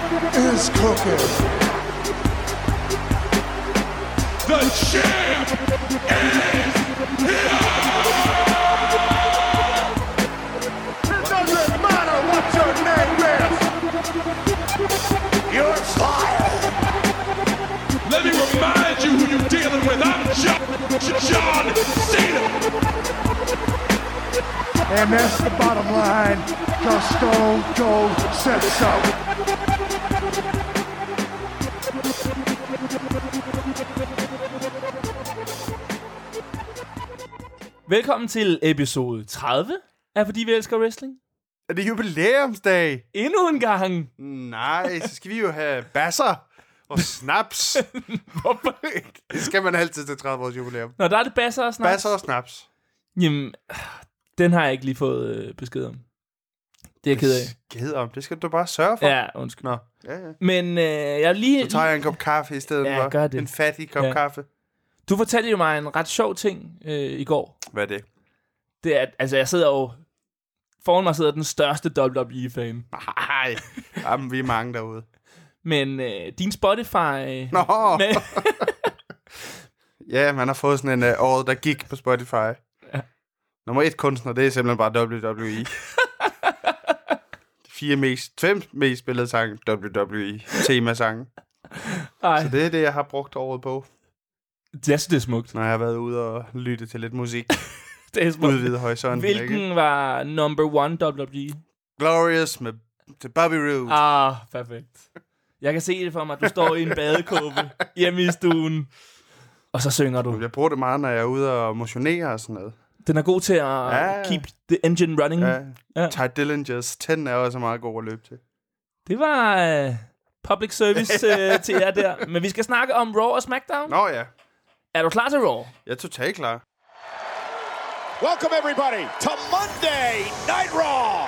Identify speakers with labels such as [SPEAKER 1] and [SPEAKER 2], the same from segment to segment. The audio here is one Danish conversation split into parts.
[SPEAKER 1] is cooking. The champ is here. It doesn't matter what your name is. You're fired.
[SPEAKER 2] Let me remind you who you're dealing with. I'm John, John Cena.
[SPEAKER 1] And that's the bottom line, because Stone Cold said so.
[SPEAKER 3] Velkommen til episode 30 af Fordi vi elsker wrestling.
[SPEAKER 4] Er det jubilæumsdag?
[SPEAKER 3] Endnu en gang.
[SPEAKER 4] Nej, så skal vi jo have basser og snaps.
[SPEAKER 3] Hvorfor ikke?
[SPEAKER 4] Det skal man altid til 30 års jubilæum.
[SPEAKER 3] Nå, der er det basser og snaps.
[SPEAKER 4] Basser og snaps.
[SPEAKER 3] Jamen, den har jeg ikke lige fået øh, besked om. Det er jeg ked af.
[SPEAKER 4] Besked om? Det skal du bare sørge for.
[SPEAKER 3] Ja, undskyld.
[SPEAKER 4] Nå. Ja, ja.
[SPEAKER 3] Men øh, jeg lige...
[SPEAKER 4] Så tager jeg en kop kaffe i stedet
[SPEAKER 3] ja,
[SPEAKER 4] for.
[SPEAKER 3] Gør det.
[SPEAKER 4] En fattig kop ja. kaffe.
[SPEAKER 3] Du fortalte jo mig en ret sjov ting øh, i går.
[SPEAKER 4] Hvad er det?
[SPEAKER 3] Det er, altså jeg sidder jo... Foran mig sidder den største WWE-fan.
[SPEAKER 4] Nej, jamen, vi er mange derude.
[SPEAKER 3] Men øh, din Spotify... Øh,
[SPEAKER 4] Nå! Med... ja, man har fået sådan en øh, året, der gik på Spotify. Ja. Nummer et kunstner, det er simpelthen bare WWE. De fire mest, fem mest spillede sange, WWE-temasange. Så det er det, jeg har brugt året på.
[SPEAKER 3] Jeg synes, det er smukt.
[SPEAKER 4] Når jeg har været ude og lyttet til lidt musik.
[SPEAKER 3] det er smukt.
[SPEAKER 4] Udvide horisonten.
[SPEAKER 3] Hvilken
[SPEAKER 4] ikke?
[SPEAKER 3] var number one WWE?
[SPEAKER 4] Glorious med til Bobby Roode.
[SPEAKER 3] Ah, perfekt. Jeg kan se det for mig, du står i en badekåbe hjemme i stuen, og så synger du.
[SPEAKER 4] Jeg bruger det meget, når jeg er ude og motionerer og sådan noget.
[SPEAKER 3] Den er god til at ja. keep the engine running.
[SPEAKER 4] Ja. ja. Ty Dillinger's 10 er også meget god at løbe til.
[SPEAKER 3] Det var uh, public service uh, til jer der. Men vi skal snakke om Raw og SmackDown.
[SPEAKER 4] Nå ja.
[SPEAKER 3] Er du klar til Raw?
[SPEAKER 4] Jeg er totalt klar.
[SPEAKER 5] Welcome everybody to Monday Night Raw.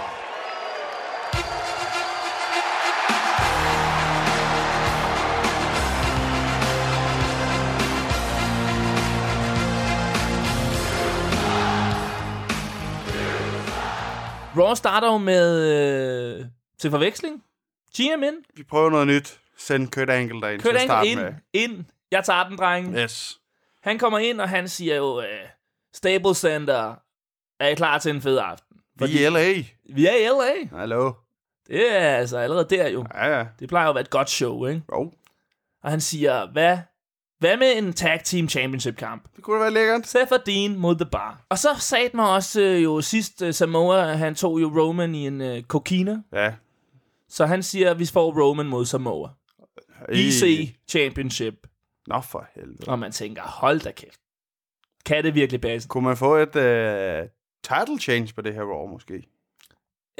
[SPEAKER 3] Raw starter jo med, øh, til forveksling, GM ind.
[SPEAKER 4] Vi prøver noget nyt. Send Kurt Angle derind
[SPEAKER 3] Kurt Angle ind, med. ind. Jeg tager den, dreng.
[SPEAKER 4] Yes.
[SPEAKER 3] Han kommer ind, og han siger jo, øh, Stable Center, er I klar til en fed aften?
[SPEAKER 4] Fordi vi er i L.A.
[SPEAKER 3] Vi er i L.A.
[SPEAKER 4] Hallo.
[SPEAKER 3] Det er altså allerede der jo.
[SPEAKER 4] Ja, ja.
[SPEAKER 3] Det plejer jo at være et godt show, ikke?
[SPEAKER 4] Jo.
[SPEAKER 3] Og han siger, hvad hvad med en tag team championship kamp?
[SPEAKER 4] Det kunne da være lækkert.
[SPEAKER 3] Seth og Dean mod The Bar. Og så sagde man også øh, jo sidst, øh, Samoa, han tog jo Roman i en øh, kokina.
[SPEAKER 4] Ja.
[SPEAKER 3] Så han siger, at vi får Roman mod Samoa. IC Championship.
[SPEAKER 4] Nå for helvede.
[SPEAKER 3] Og man tænker, hold da kæft. Kan det virkelig passe?
[SPEAKER 4] Kunne man få et øh, title change på det her Raw måske?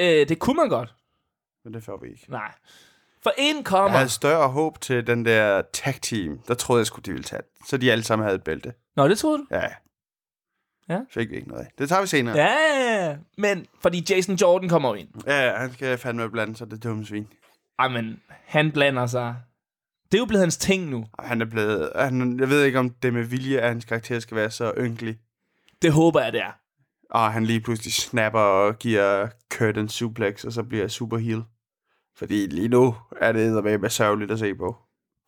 [SPEAKER 3] Øh, det kunne man godt.
[SPEAKER 4] Men det får vi ikke.
[SPEAKER 3] Nej. For en kommer...
[SPEAKER 4] Jeg havde større håb til den der tag team. Der troede jeg skulle de ville tage den. Så de alle sammen havde et bælte.
[SPEAKER 3] Nå, det troede du?
[SPEAKER 4] Ja.
[SPEAKER 3] Ja.
[SPEAKER 4] Fik vi ikke noget af. Det tager vi senere.
[SPEAKER 3] Ja, men fordi Jason Jordan kommer ind.
[SPEAKER 4] Ja, han skal fandme blande sig, det dumme svin.
[SPEAKER 3] Ej, men han blander sig. Det er jo blevet hans ting nu.
[SPEAKER 4] Han er blevet... Han, jeg ved ikke, om det med vilje, at hans karakter skal være så ynkelig.
[SPEAKER 3] Det håber jeg, det er.
[SPEAKER 4] Og han lige pludselig snapper og giver Kurt en suplex, og så bliver super heel. Fordi lige nu er det med sørgeligt at se på.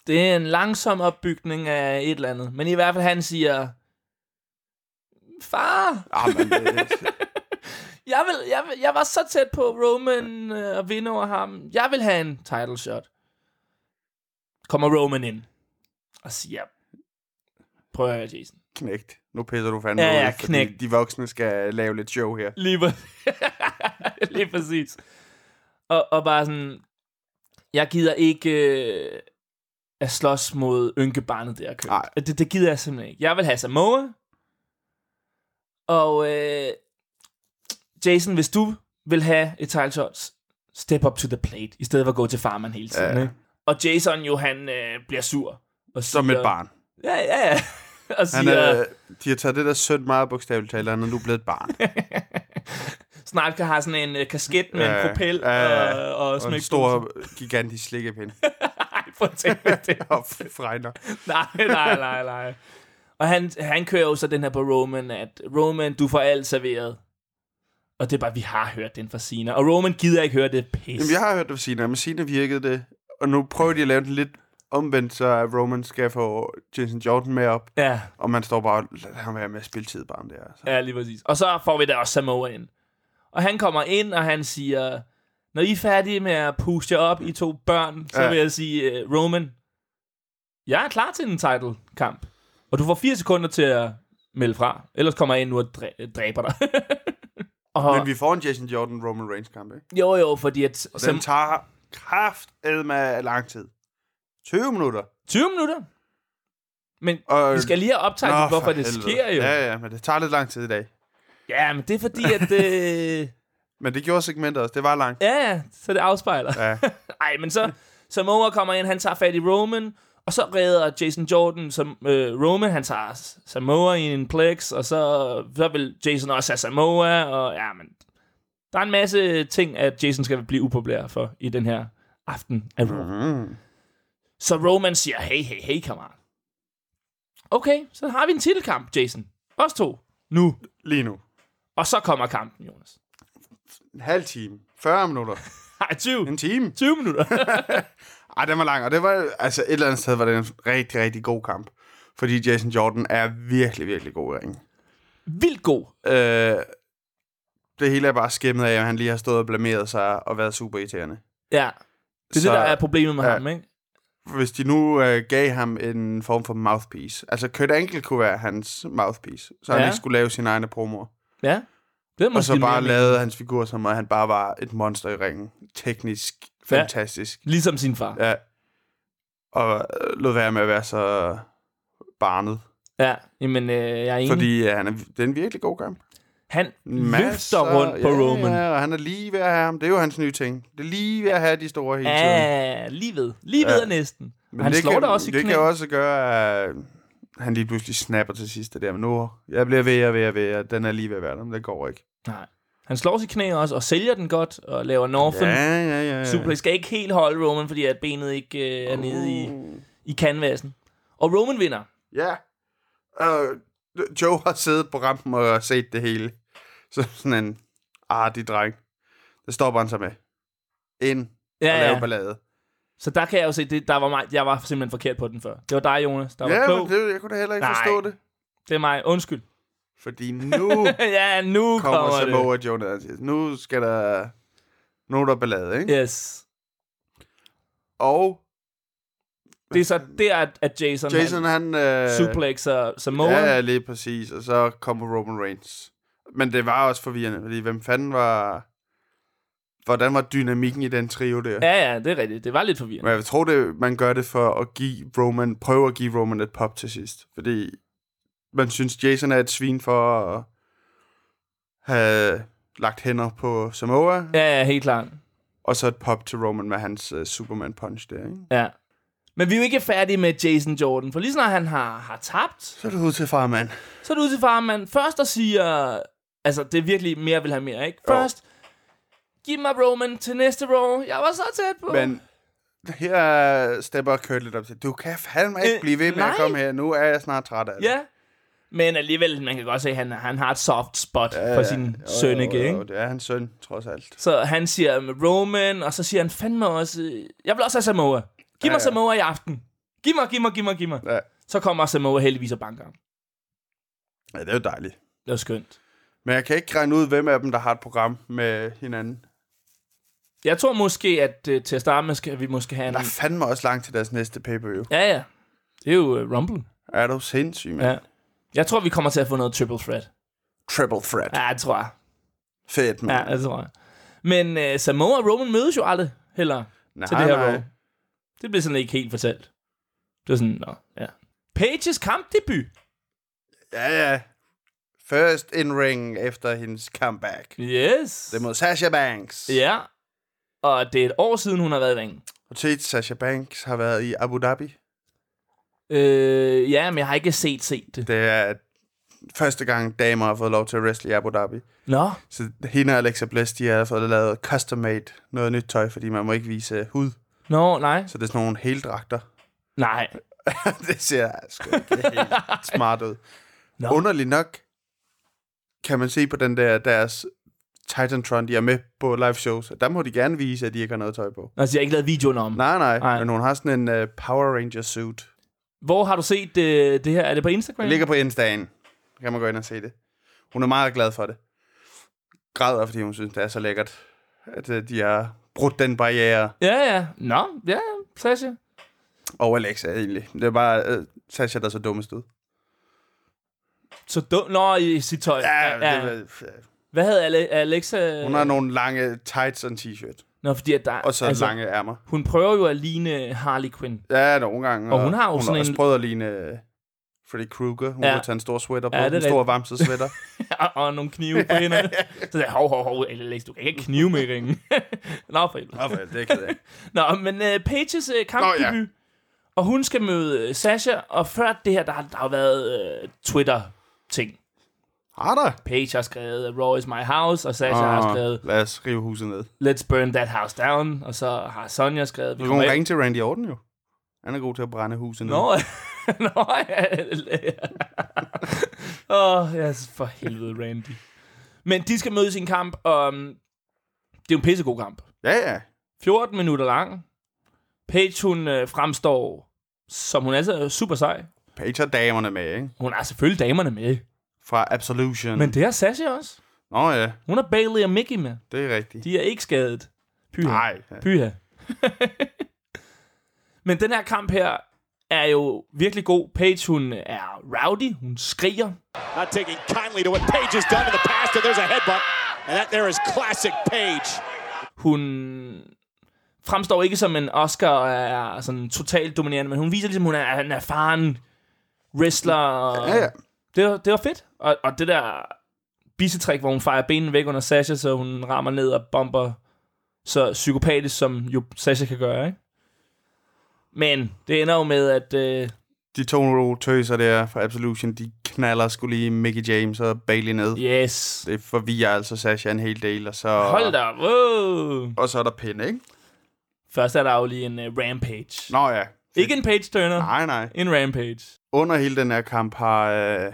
[SPEAKER 3] Det er en langsom opbygning af et eller andet. Men i hvert fald, han siger... Far!
[SPEAKER 4] Ah, men det...
[SPEAKER 3] jeg, vil, jeg, vil, jeg var så tæt på Roman øh, at vinde over ham. Jeg vil have en title shot. Kommer Roman ind og siger... Prøv at høre, Jason.
[SPEAKER 4] Knægt. Nu pisser du fandme
[SPEAKER 3] ja, ja,
[SPEAKER 4] ud, fordi
[SPEAKER 3] knægt.
[SPEAKER 4] de voksne skal lave lidt show her.
[SPEAKER 3] Lige, præ- Lige præcis og, og bare sådan, jeg gider ikke øh, at slås mod ynkebarnet der.
[SPEAKER 4] Nej.
[SPEAKER 3] Det, det gider jeg simpelthen ikke. Jeg vil have Samoa, og øh, Jason, hvis du vil have et title shot, step up to the plate, i stedet for at gå til farmand hele tiden. Ja. Ikke? Og Jason jo, han øh, bliver sur. Og siger,
[SPEAKER 4] Som et barn.
[SPEAKER 3] Ja, ja, ja. og
[SPEAKER 4] Han
[SPEAKER 3] siger,
[SPEAKER 4] er, de har taget det der sødt meget bogstaveligt talt, og nu er du blevet et barn.
[SPEAKER 3] snart kan have sådan en øh, kasket med
[SPEAKER 4] Ja,
[SPEAKER 3] en propel
[SPEAKER 4] ja, ja.
[SPEAKER 3] og, og,
[SPEAKER 4] og en
[SPEAKER 3] smækpose.
[SPEAKER 4] stor, gigantisk slikkepind.
[SPEAKER 3] Nej, prøv at tænke på det.
[SPEAKER 4] og fregner.
[SPEAKER 3] nej, nej, nej, nej. Og han, han kører jo så den her på Roman, at Roman, du får alt serveret. Og det er bare, vi har hørt den fra Sina. Og Roman gider ikke høre det pis.
[SPEAKER 4] Jamen, jeg har hørt det fra Sina, men Sina virkede det og nu prøver de at lave det lidt omvendt, så Roman skal få Jason Jordan med op,
[SPEAKER 3] Ja,
[SPEAKER 4] og man står bare og lader ham være med spiltid bare om det her. Altså.
[SPEAKER 3] ja, lige præcis. Og så får vi da også Samoa ind. Og han kommer ind, og han siger, når I er færdige med at puste jer op, I to børn, så
[SPEAKER 4] Ja.
[SPEAKER 3] vil jeg sige, øh, Roman, jeg er klar til en title-kamp. Og du får fire sekunder til at melde fra. Ellers kommer jeg ind nu og dræ- dræber dig. og,
[SPEAKER 4] Men vi får en Jason Jordan Roman Reigns kamp, ikke?
[SPEAKER 3] Jo, jo, fordi at...
[SPEAKER 4] Og
[SPEAKER 3] Som,
[SPEAKER 4] den tager kraft med lang tid. 20 minutter.
[SPEAKER 3] 20 minutter? Men
[SPEAKER 4] Og-
[SPEAKER 3] vi skal lige have optaget,
[SPEAKER 4] Nå,
[SPEAKER 3] hvorfor
[SPEAKER 4] for
[SPEAKER 3] det
[SPEAKER 4] helvede.
[SPEAKER 3] sker jo. Ja.
[SPEAKER 4] Ja, ja, men det tager lidt lang tid i dag.
[SPEAKER 3] ja, men det er fordi, at... Øh,
[SPEAKER 4] Men det gjorde segmentet også. Det var langt.
[SPEAKER 3] ja, ja, så det afspejler.
[SPEAKER 4] Ja.
[SPEAKER 3] Ej, men så Samoa kommer ind, han tager fat i Roman, og så redder Jason Jordan som øh, Roman, han tager S- Samoa i en plex, og så, så vil Jason også have Samoa, og ja, men der er en masse ting, at Jason skal blive upopulær for i den her aften af Raw. Mm-hmm.
[SPEAKER 4] Mhm.
[SPEAKER 3] Så Roman siger, hey, hey, hey, kammerat. Okay, så har vi en titelkamp, Jason. Os to. Nu.
[SPEAKER 4] Lige nu.
[SPEAKER 3] Og så kommer kampen, Jonas.
[SPEAKER 4] En halv time. 40 minutter.
[SPEAKER 3] Ej, 20.
[SPEAKER 4] En time.
[SPEAKER 3] 20 minutter.
[SPEAKER 4] Ej, den var lang. Og det var, altså et eller andet sted var det en rigtig, rigtig god kamp. Fordi Jason Jordan er virkelig, virkelig god i ringen.
[SPEAKER 3] Vildt god.
[SPEAKER 4] Øh, det hele er bare skimmet af, at han lige har stået og blameret sig og været super irriterende.
[SPEAKER 3] Ja. Det er så,
[SPEAKER 4] Så-
[SPEAKER 3] det, der er problemet med ja.
[SPEAKER 4] ja.
[SPEAKER 3] ham, ikke?
[SPEAKER 4] Hvis de nu øh, gav ham en form for mouthpiece. Altså, Kurt Angle kunne være hans mouthpiece. Så han
[SPEAKER 3] Ja.
[SPEAKER 4] ikke skulle lave sine egne promoer.
[SPEAKER 3] Ja. Det er måske
[SPEAKER 4] Og så bare
[SPEAKER 3] mere-
[SPEAKER 4] lavede hans figur som, at han bare var et monster i ringen. Teknisk
[SPEAKER 3] Ja.
[SPEAKER 4] fantastisk.
[SPEAKER 3] Ligesom sin far. Ja.
[SPEAKER 4] Ja. Og øh, lod være med at være så barnet.
[SPEAKER 3] ja. Jamen, øh, jeg er enig. Fordi
[SPEAKER 4] Fordi øh, han er, det er en virkelig god kamp.
[SPEAKER 3] han
[SPEAKER 4] Masser-
[SPEAKER 3] løfter rundt på
[SPEAKER 4] ja,
[SPEAKER 3] Roman.
[SPEAKER 4] Ja, og han er lige ved at have ham. Det er jo hans nye ting. Det er lige ved at have de store hele tiden.
[SPEAKER 3] Ja, lige ved. Lige ved
[SPEAKER 4] Ja.
[SPEAKER 3] ja. næsten. Men
[SPEAKER 4] Men
[SPEAKER 3] han
[SPEAKER 4] det
[SPEAKER 3] slår
[SPEAKER 4] kan,
[SPEAKER 3] dig også i
[SPEAKER 4] Det
[SPEAKER 3] knæet.
[SPEAKER 4] kan også gøre, at han lige pludselig snapper til sidst det der. Men nu, jeg bliver ved og ved og ved, og den er lige ved at være der, men det går ikke.
[SPEAKER 3] Nej. Han slår sit knæ også, og sælger den godt, og laver Northern.
[SPEAKER 4] Ja,
[SPEAKER 3] Ja.
[SPEAKER 4] ja, ja. ja.
[SPEAKER 3] Suplex skal ikke helt holde Roman, fordi at benet ikke øh, er nede i,
[SPEAKER 4] Uh.
[SPEAKER 3] i canvasen. Og Roman vinder.
[SPEAKER 4] Ja. Og Joe har siddet på rampen og set det hele. Så sådan en artig dreng. Det stopper han så med. Ind
[SPEAKER 3] Ja,
[SPEAKER 4] og lave
[SPEAKER 3] ja.
[SPEAKER 4] ballade.
[SPEAKER 3] Så der kan jeg jo se, det, der var mig, jeg var simpelthen forkert på den før. Det var dig, Jonas, der var
[SPEAKER 4] Ja,
[SPEAKER 3] klog.
[SPEAKER 4] men det, jeg kunne da heller ikke
[SPEAKER 3] Nej.
[SPEAKER 4] Nej. forstå det.
[SPEAKER 3] Det er mig. Undskyld.
[SPEAKER 4] Fordi nu
[SPEAKER 3] ja, nu
[SPEAKER 4] kommer
[SPEAKER 3] kommer, kommer det.
[SPEAKER 4] Samoa Joe ned og siger, nu skal der... Nu er der ballade, ikke?
[SPEAKER 3] Yes.
[SPEAKER 4] Og
[SPEAKER 3] Det er så der, at- at Jason,
[SPEAKER 4] Jason, han... Øh,
[SPEAKER 3] han suplexer Samoa.
[SPEAKER 4] Ja, ja, lige præcis. Og så kommer Roman Reigns. Men det var også forvirrende, fordi hvem fanden var... Hvordan var dynamikken i den trio der?
[SPEAKER 3] ja, ja, det er rigtigt. Det var lidt forvirrende.
[SPEAKER 4] Men jeg tror, det, man gør det for at give Roman, prøve at give Roman et pop til sidst. Fordi man synes, Jason er et svin for at have lagt hænder på Samoa,
[SPEAKER 3] Ja, ja, helt klart.
[SPEAKER 4] og så et pop til Roman med hans uh, Superman punch der, ikke?
[SPEAKER 3] Ja. Men vi er jo ikke færdige med Jason Jordan, for lige snart han har, har tabt,
[SPEAKER 4] Så er det ud til far, mand.
[SPEAKER 3] så er det ud til farmand først og siger, altså det er virkelig mere vil have mere, ikke? Først, giv mig Roman til næste Raw. Jeg var så tæt på.
[SPEAKER 4] Men her stepper Kurt lidt op til, du kan fandme ikke
[SPEAKER 3] Øh,
[SPEAKER 4] blive ved med
[SPEAKER 3] nej.
[SPEAKER 4] at komme her, nu er jeg snart træt af det.
[SPEAKER 3] Ja. Men alligevel, man kan godt se, at han, han har et soft spot ja, for sin
[SPEAKER 4] Jo,
[SPEAKER 3] søn, ikke?
[SPEAKER 4] jo,
[SPEAKER 3] ikke?
[SPEAKER 4] jo, Det er hans søn, trods alt.
[SPEAKER 3] Så han siger øhm, Roman, og så siger han fandme også, øh, jeg vil også have Samoa. Giv mig
[SPEAKER 4] ja.
[SPEAKER 3] Samoa i aften. Giv mig, giv mig, giv mig, giv mig.
[SPEAKER 4] Ja,
[SPEAKER 3] Så kommer Samoa heldigvis og banker ham.
[SPEAKER 4] ja det er jo dejligt.
[SPEAKER 3] Det var skønt.
[SPEAKER 4] Men jeg kan ikke regne ud, hvem af dem, der har et program med hinanden.
[SPEAKER 3] Jeg tror måske, at øh, til at starte med, skal vi måske have en...
[SPEAKER 4] Der er fandme også langt til deres næste pay per
[SPEAKER 3] Ja, ja. Det er jo øh, Rumble.
[SPEAKER 4] Er du sindssyg, mand?
[SPEAKER 3] Ja. Jeg tror, vi kommer til at få noget triple threat.
[SPEAKER 4] Triple threat.
[SPEAKER 3] Ja, det tror jeg.
[SPEAKER 4] Fedt, mand.
[SPEAKER 3] Ja, det tror jeg. Men øh, Samoa og Roman mødes jo aldrig heller
[SPEAKER 4] nej,
[SPEAKER 3] til det her Raw. Det blev sådan ikke helt fortalt. Det var sådan, nå, ja. Pages kampdebut.
[SPEAKER 4] Ja, ja. First in ring efter hendes comeback.
[SPEAKER 3] Yes.
[SPEAKER 4] Det er mod Sasha Banks.
[SPEAKER 3] Ja. Og det er et år siden, hun har været i ringen.
[SPEAKER 4] Og til Sasha Banks har været i Abu Dhabi.
[SPEAKER 3] Øh, ja, men jeg har ikke set set det.
[SPEAKER 4] Det er første gang, damer har fået lov til at wrestle i Abu Dhabi.
[SPEAKER 3] Nå,
[SPEAKER 4] Så hende og Alexa Bliss, de har fået lavet custom made noget nyt tøj, fordi man må ikke vise hud.
[SPEAKER 3] nå, nej.
[SPEAKER 4] Så det er sådan nogle heldragter.
[SPEAKER 3] Nej.
[SPEAKER 4] det ser sgu ikke helt smart ud.
[SPEAKER 3] Nå.
[SPEAKER 4] Underligt nok kan man se på den der deres Titantron, de er med på live shows. Der må de gerne vise, at de ikke har noget tøj på.
[SPEAKER 3] Altså, jeg har ikke lavet videoen om.
[SPEAKER 4] Nej, nej,
[SPEAKER 3] Nej.
[SPEAKER 4] nej. men hun har sådan en uh, Power Ranger suit.
[SPEAKER 3] Hvor har du set øh, det her? Er det på Instagram?
[SPEAKER 4] Den ligger på Insta'en. Kan man gå ind og se det. Hun er meget glad for det. Græder, fordi hun synes, det er så lækkert, at øh, de har brudt den barriere.
[SPEAKER 3] Ja, ja. Nå, ja, ja. Sasha.
[SPEAKER 4] Og Alexa, egentlig. Det er bare øh, Sasha, der er så dummest ud.
[SPEAKER 3] Så dum. Nå, i sit tøj.
[SPEAKER 4] Ja, det, ja.
[SPEAKER 3] Hvad havde Ale- Alexa?
[SPEAKER 4] Hun har nogle lange tights og en t-shirt.
[SPEAKER 3] Nå, fordi at der...
[SPEAKER 4] Og så altså, lange ærmer.
[SPEAKER 3] Hun prøver jo at ligne Harley Quinn.
[SPEAKER 4] Ja, nogle gange.
[SPEAKER 3] Og hun har jo
[SPEAKER 4] hun
[SPEAKER 3] sådan
[SPEAKER 4] også
[SPEAKER 3] en-
[SPEAKER 4] prøvet at ligne øh, Freddy Krueger. Hun
[SPEAKER 3] Ja.
[SPEAKER 4] ja. kunne tage en stor sweater på.
[SPEAKER 3] Ja,
[SPEAKER 4] Ja,
[SPEAKER 3] det er
[SPEAKER 4] en stor varmset sweater.
[SPEAKER 3] og, og nogle knive på hænderne. så sagde jeg, hov, hov, hov, Alex, du kan ikke knive med i ringen. Nå, for helvede.
[SPEAKER 4] Nå, for helvede, det kan jeg.
[SPEAKER 3] Nå, men uh, Pages uh, kampdebut,
[SPEAKER 4] Nå,
[SPEAKER 3] ja.
[SPEAKER 4] ja.
[SPEAKER 3] og hun skal møde uh, Sasha, og før det her, der har der har været uh, Twitter-ting.
[SPEAKER 4] Har der?
[SPEAKER 3] Page har skrevet, Raw is my house, og Sasha oh.
[SPEAKER 4] Ah.
[SPEAKER 3] har skrevet,
[SPEAKER 4] lad os rive huset ned.
[SPEAKER 3] let's burn that house down, og så har Sonja skrevet, vi
[SPEAKER 4] Du kan hun
[SPEAKER 3] kommer
[SPEAKER 4] ringe til Randy Orton jo. Han er god til at brænde huset ned.
[SPEAKER 3] Nå, Nå ja. Åh, ja, for helvede, Randy. Men de skal mødes i en kamp, og mm, det er jo en pissegod kamp.
[SPEAKER 4] Ja, ja.
[SPEAKER 3] 14 minutter lang. Paige, hun øh, fremstår, som hun altid er super sej.
[SPEAKER 4] Page har damerne med, ikke?
[SPEAKER 3] Hun har selvfølgelig damerne med.
[SPEAKER 4] Fra Absolution.
[SPEAKER 3] Men det har Sasha også.
[SPEAKER 4] Nå ja,
[SPEAKER 3] Hun har Bailey og Mickey med.
[SPEAKER 4] det er rigtigt.
[SPEAKER 3] De er ikke skadet. Pyha.
[SPEAKER 4] Nej.
[SPEAKER 3] Pyha. Men den her kamp her er jo virkelig god. Paige, hun er rowdy. Hun skriger.
[SPEAKER 5] Not taking kindly to what Paige has done in the past, and there's a headbutt. And that there is classic Paige.
[SPEAKER 3] hun fremstår ikke som en Oscar og er sådan totalt dominerende, men hun viser ligesom, hun er en erfaren wrestler. Og
[SPEAKER 4] Ja, ja.
[SPEAKER 3] Det, var, det var fedt. Og, og det der bisetræk, hvor hun fejrer benene væk under Sasha, så hun rammer ned og bomber så psykopatisk, som jo Sasha kan gøre, ikke? Men det ender jo med, at øh,
[SPEAKER 4] De to tøser der fra Absolution, de knaller skulle lige Mickey James og Bailey ned.
[SPEAKER 3] yes,
[SPEAKER 4] Det forvirrer altså Sasha en hel del, og så...
[SPEAKER 3] hold da op, wow.
[SPEAKER 4] Og så er der pinde, ikke?
[SPEAKER 3] Først er der jo lige en uh, rampage.
[SPEAKER 4] Nå ja.
[SPEAKER 3] Ikke en page-turner,
[SPEAKER 4] Nej, nej.
[SPEAKER 3] en rampage.
[SPEAKER 4] Under hele den her kamp har øh,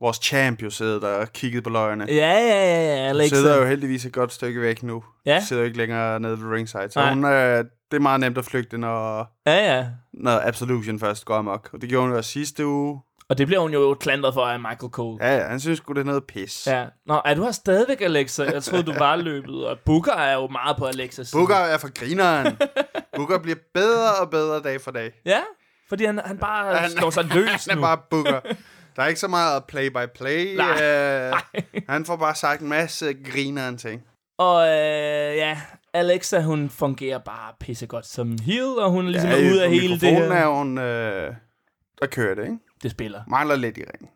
[SPEAKER 4] vores champ jo siddet der og kigget på løgene.
[SPEAKER 3] Ja, ja, ja, ja,
[SPEAKER 4] Hun
[SPEAKER 3] Alexa.
[SPEAKER 4] sidder jo heldigvis et godt stykke væk nu.
[SPEAKER 3] Ja.
[SPEAKER 4] Hun sidder ikke længere nede ved ringside. Så
[SPEAKER 3] Nej.
[SPEAKER 4] hun, øh, det er meget nemt at flygte, når,
[SPEAKER 3] Ja, ja.
[SPEAKER 4] når Absolution først går amok. Og det gjorde hun jo sidste uge.
[SPEAKER 3] Og det bliver hun jo klandret for af Michael Cole.
[SPEAKER 4] Ja, ja, han synes sgu, det er noget pis.
[SPEAKER 3] Ja. Nå, er du her stadigvæk, Alexa? Jeg troede, du var løbet. Og Booker er jo meget på Alexas side.
[SPEAKER 4] Booker er for grineren. Booker bliver bedre og bedre dag for dag.
[SPEAKER 3] Ja, fordi han, han bare han,
[SPEAKER 4] Han-
[SPEAKER 3] slår sig løs
[SPEAKER 4] Han
[SPEAKER 3] nu.
[SPEAKER 4] er bare Booker. Der er ikke så meget play-by-play.
[SPEAKER 3] Nej.
[SPEAKER 4] Øh, han får bare sagt en masse grineren ting.
[SPEAKER 3] Og øh, ja, Alexa, hun fungerer bare pissegodt som heel, og hun er ligesom
[SPEAKER 4] Ja,
[SPEAKER 3] ja, ude af
[SPEAKER 4] på
[SPEAKER 3] hele det her.
[SPEAKER 4] mikrofonen er hun, øh, der kører det, ikke?
[SPEAKER 3] Det spiller.
[SPEAKER 4] Mangler lidt i ringen.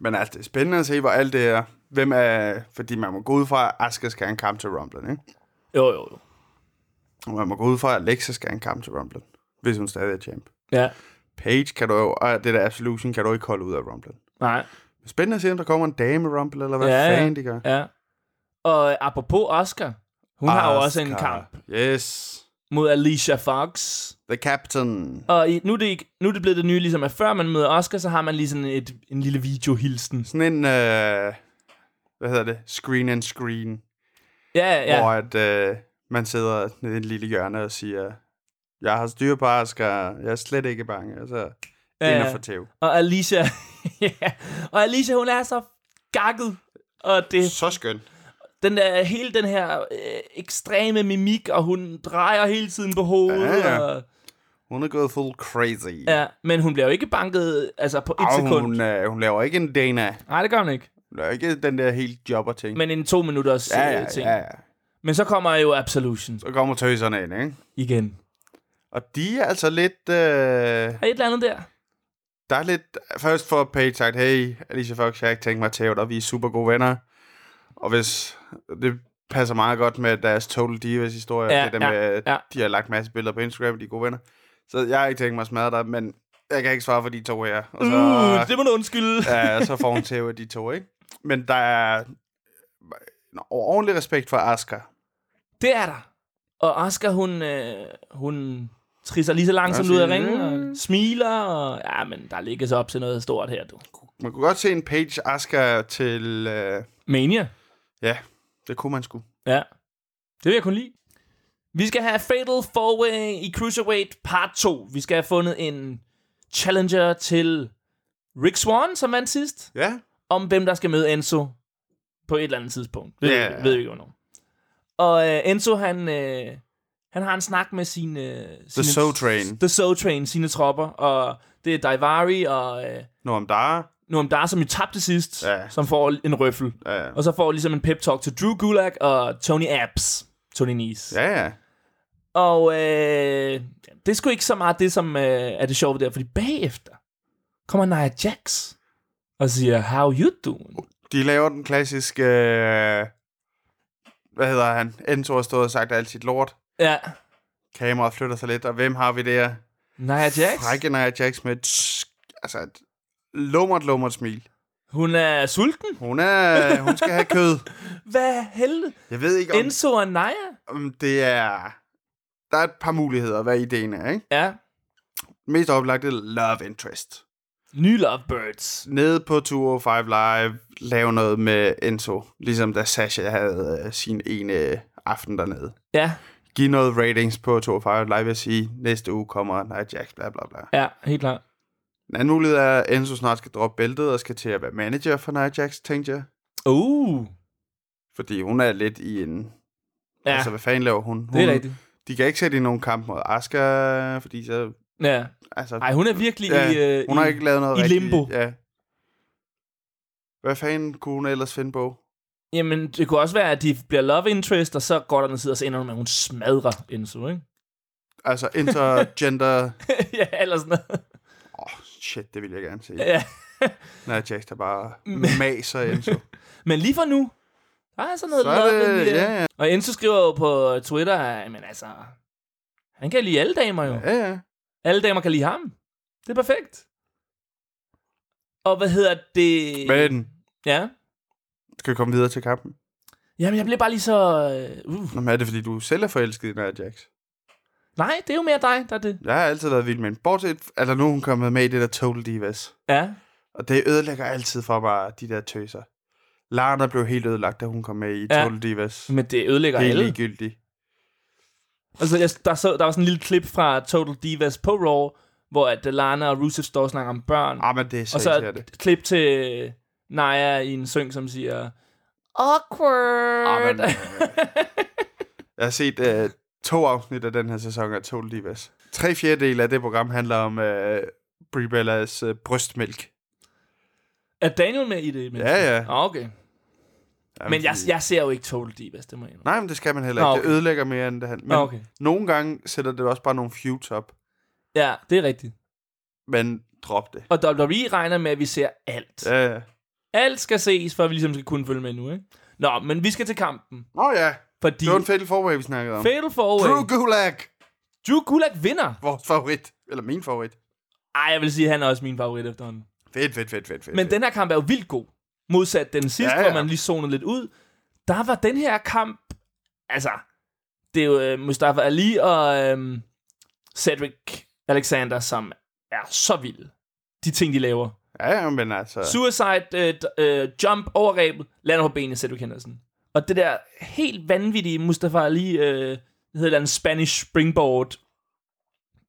[SPEAKER 4] Men altså, det er spændende at se, hvor alt det er. Hvem er... Fordi man må gå ud fra, at Asger skal have en kamp til Rumblen, ikke?
[SPEAKER 3] Jo, jo, jo.
[SPEAKER 4] Og man må gå ud fra, at Alexa skal have en kamp til Rumblen. Hvis hun stadig er champ.
[SPEAKER 3] Ja,
[SPEAKER 4] Page kan du jo... Og det der Absolution kan du ikke holde ud af Rumblen.
[SPEAKER 3] nej.
[SPEAKER 4] Spændende at se, om der kommer en dame i Rumble, eller hvad
[SPEAKER 3] ja,
[SPEAKER 4] ja,
[SPEAKER 3] ja.
[SPEAKER 4] fanden de gør.
[SPEAKER 3] Ja. Og øh, apropos Oscar, hun Oscar. har jo også en
[SPEAKER 4] Asuka.
[SPEAKER 3] kamp
[SPEAKER 4] Yes.
[SPEAKER 3] mod Alicia Fox.
[SPEAKER 4] The Captain.
[SPEAKER 3] Og i, nu, er det ikke, nu er det blevet det nye, ligesom at før man møder Oscar, så har man lige sådan et, en lille videohilsen.
[SPEAKER 4] Sådan en... Øh, hvad hedder det? Screen and screen.
[SPEAKER 3] Ja,
[SPEAKER 4] Ja. Hvor
[SPEAKER 3] ja.
[SPEAKER 4] at, øh, man sidder nede i et lille hjørne og siger... Jeg har styr på Asger. Jeg er slet ikke bange. Og så... Ja. Inden
[SPEAKER 3] ja.
[SPEAKER 4] for tæv.
[SPEAKER 3] Og Alicia, ja. og Alicia, hun er så gakket. Og det,
[SPEAKER 4] Så skøn.
[SPEAKER 3] den der, hele den her øh, ekstreme mimik, og hun drejer hele tiden på hovedet.
[SPEAKER 4] Ja, ja.
[SPEAKER 3] Og,
[SPEAKER 4] Hun er gået full crazy.
[SPEAKER 3] ja. Men hun bliver jo ikke banket altså på et
[SPEAKER 4] Og
[SPEAKER 3] sekund.
[SPEAKER 4] hun, øh, hun laver ikke en Dana.
[SPEAKER 3] Nej, det gør hun ikke.
[SPEAKER 4] Hun laver ikke den der helt jobber-ting.
[SPEAKER 3] Men en to minutters
[SPEAKER 4] ja,
[SPEAKER 3] øh,
[SPEAKER 4] ja,
[SPEAKER 3] ting.
[SPEAKER 4] ja, ja.
[SPEAKER 3] Men så kommer jo Absolution
[SPEAKER 4] Så kommer tøserne ind, ikke?
[SPEAKER 3] igen.
[SPEAKER 4] Og de er altså lidt... Øh,
[SPEAKER 3] Og et eller andet der.
[SPEAKER 4] der er lidt... Først får Paige sagt, hey, Alicia Fox, jeg har ikke tænkt mig at tæve dig, vi er super gode venner. Og hvis... Det passer meget godt med deres Total Divas historie,
[SPEAKER 3] Ja,
[SPEAKER 4] ja, det der
[SPEAKER 3] ja,
[SPEAKER 4] ja, med,
[SPEAKER 3] ja.
[SPEAKER 4] ja. de har lagt en masse billeder på Instagram, de er gode venner. Så jeg har ikke tænkt mig at smadre dig, men jeg kan ikke svare for de to her. Og så,
[SPEAKER 3] Uh, det må du undskylde.
[SPEAKER 4] ja, så får hun tæv af de to, ikke? Men der er en ordentlig respekt for Asker.
[SPEAKER 3] Det er der. Og Oscar, hun, øh, hun trisser lige så langsomt ud af ringen, og smiler, og ja, men der ligger så op til noget stort her, du.
[SPEAKER 4] Man kunne godt se en Page Asker til... Øh,
[SPEAKER 3] Mania?
[SPEAKER 4] ja, Det kunne man sgu.
[SPEAKER 3] Ja. Det vil jeg kunne lide. Vi skal have Fatal 4-Way i Cruiserweight part 2. Vi skal have fundet en challenger til Rick Swan, som vandt sidst,
[SPEAKER 4] Ja.
[SPEAKER 3] om hvem der skal møde Enzo på et eller andet tidspunkt. Det
[SPEAKER 4] Ja.
[SPEAKER 3] yeah. ved vi ikke hvornår. Og øh, Enzo, han, øh, han har en snak med sine... The sine,
[SPEAKER 4] Soul Train.
[SPEAKER 3] The Soul Train, sine tropper. Og det er Daivari og øh,
[SPEAKER 4] Nå, om der er...
[SPEAKER 3] Noam Dar, som jo tabte sidst,
[SPEAKER 4] Ja.
[SPEAKER 3] som får en røffel.
[SPEAKER 4] Ja,
[SPEAKER 3] Og så får ligesom en pep-talk til Drew Gulak og Tony Abs. Tony Nies.
[SPEAKER 4] ja. ja.
[SPEAKER 3] Og øh, det er sgu ikke så meget det, som øh, er det sjove der, fordi bagefter kommer Nia Jax og siger, how you doing?
[SPEAKER 4] De laver den klassiske... Øh, hvad hedder han? Enzo har stået og sagt alt sit lort.
[SPEAKER 3] Ja,
[SPEAKER 4] Kameraet flytter sig lidt, og hvem har vi der?
[SPEAKER 3] Nia Jax,
[SPEAKER 4] Frække Nia Jax med et, altså et lummert, lummert smil.
[SPEAKER 3] hun er sulten.
[SPEAKER 4] Hun, er, hun skal have kød.
[SPEAKER 3] Hvad helvede?
[SPEAKER 4] Jeg ved ikke, om,
[SPEAKER 3] Enzo og Nia?
[SPEAKER 4] om det er... Der er et par muligheder, hvad ideen er, ikke?
[SPEAKER 3] Ja,
[SPEAKER 4] Mest oplagt er love interest.
[SPEAKER 3] nye lovebirds.
[SPEAKER 4] Nede på 205 Live, lave noget med Enzo, ligesom da Sasha havde øh, sin ene aften dernede.
[SPEAKER 3] Ja,
[SPEAKER 4] Giv noget ratings på 205 Live og sige, næste uge kommer Nia Jax, bla bla bla.
[SPEAKER 3] ja, helt klart.
[SPEAKER 4] En anden mulighed er, at Enzo snart skal droppe bæltet og skal til at være manager for Nia Jax, tænkte jeg.
[SPEAKER 3] Uh,
[SPEAKER 4] Fordi hun er lidt i en... Ja.
[SPEAKER 3] ja,
[SPEAKER 4] Altså, hvad fanden laver hun? hun
[SPEAKER 3] det er rigtigt.
[SPEAKER 4] De kan ikke sætte i nogen kamp mod Asuka, fordi så...
[SPEAKER 3] Ja.
[SPEAKER 4] Altså,
[SPEAKER 3] Ej, hun er virkelig
[SPEAKER 4] ja,
[SPEAKER 3] i... Øh,
[SPEAKER 4] hun har
[SPEAKER 3] i,
[SPEAKER 4] ikke lavet noget
[SPEAKER 3] i
[SPEAKER 4] rigtigt.
[SPEAKER 3] limbo.
[SPEAKER 4] Ja. Hvad fanden kunne hun ellers finde på?
[SPEAKER 3] Jamen, det kunne også være, at de bliver love interest, og så går der en side, og så ender hun med, at hun smadrer Enzo, ikke?
[SPEAKER 4] Altså, intergender...
[SPEAKER 3] ja, eller sådan noget.
[SPEAKER 4] Åh, oh, shit, det vil jeg gerne se.
[SPEAKER 3] Ja.
[SPEAKER 4] Når Jax der bare maser Enzo.
[SPEAKER 3] Men lige for nu, der er sådan noget
[SPEAKER 4] Så er
[SPEAKER 3] love in
[SPEAKER 4] det...
[SPEAKER 3] the air.
[SPEAKER 4] Ja, ja.
[SPEAKER 3] Og Enzo skriver jo på Twitter, at men altså, han kan lide alle damer jo.
[SPEAKER 4] Ja, ja.
[SPEAKER 3] Alle damer kan lide ham. Det er perfekt. Og hvad hedder det?
[SPEAKER 4] Men,
[SPEAKER 3] Ja.
[SPEAKER 4] skal vi komme videre til kampen?
[SPEAKER 3] Jamen, jeg blev bare lige så... øh, Uh.
[SPEAKER 4] Nå, men er det, fordi du selv er forelsket i Nia Jax?
[SPEAKER 3] Nej, det er jo mere dig, der er det.
[SPEAKER 4] Jeg har altid været vild med hende. Bortset, altså nu er hun kommet med i det der Total Divas.
[SPEAKER 3] Ja.
[SPEAKER 4] Og det ødelægger altid for mig, de der tøser. Lana blev helt ødelagt, da hun kom med i
[SPEAKER 3] Ja.
[SPEAKER 4] ja. Total Divas.
[SPEAKER 3] Men det ødelægger
[SPEAKER 4] Helt
[SPEAKER 3] alle.
[SPEAKER 4] ligegyldigt.
[SPEAKER 3] Altså, jeg, der, så, der var sådan en lille klip fra Total Divas på Raw, hvor at øh, Lana og Rusev står og snakker om børn.
[SPEAKER 4] Ah, men det er så,
[SPEAKER 3] Og så
[SPEAKER 4] så
[SPEAKER 3] et klip til Naja i en syng, som siger... Awkward.
[SPEAKER 4] Amen. Jeg har set uh, to afsnit af den her sæson af Total Divas. Tre fjerdedel af det program handler om uh, Brie Bellas uh, brystmælk.
[SPEAKER 3] er Daniel med i det? Men?
[SPEAKER 4] Ja, ja.
[SPEAKER 3] Ah, okay.
[SPEAKER 4] Jamen,
[SPEAKER 3] Men jeg,
[SPEAKER 4] de-
[SPEAKER 3] jeg ser jo ikke Total Divas, det må jeg indrømme.
[SPEAKER 4] Nej, men det skal man heller
[SPEAKER 3] Nå,
[SPEAKER 4] ikke.
[SPEAKER 3] okay.
[SPEAKER 4] Det ødelægger mere end det handler. Men
[SPEAKER 3] Nå, okay.
[SPEAKER 4] nogle gange sætter det også bare nogle feuds op.
[SPEAKER 3] Ja, det er rigtigt.
[SPEAKER 4] Men drop det.
[SPEAKER 3] Og WWE regner med, at vi ser alt. Ja.
[SPEAKER 4] Ja, ja.
[SPEAKER 3] Alt skal ses, for at vi ligesom skal kunne følge med nu, ikke? Nå, men vi skal til kampen.
[SPEAKER 4] Nå ja,
[SPEAKER 3] Fordi
[SPEAKER 4] det var en fatal forway, vi snakkede om.
[SPEAKER 3] Fatal Four
[SPEAKER 4] Drew
[SPEAKER 3] Way.
[SPEAKER 4] Gulak,
[SPEAKER 3] Drew Gulak vinder.
[SPEAKER 4] vores favorit. Eller min favorit.
[SPEAKER 3] Ej, jeg vil sige, at han er også min favorit efterhånden.
[SPEAKER 4] Fedt, fedt, fedt, fedt. fedt
[SPEAKER 3] Men den her kamp er jo vildt god. Modsat den sidste, ja,
[SPEAKER 4] Ja,
[SPEAKER 3] ja.
[SPEAKER 4] ja.
[SPEAKER 3] hvor man lige zonede lidt ud. Der var den her kamp... Altså, det er jo øh, Mustafa Ali og øh, Cedric Alexander, som er så vilde. De ting, de laver.
[SPEAKER 4] Ja, ja, men altså...
[SPEAKER 3] Suicide øh, d- øh, jump overrebet, lander på benene, Cedric Henderson. Og det der helt vanvittige Mustafa Ali, øh, det hedder en Spanish springboard.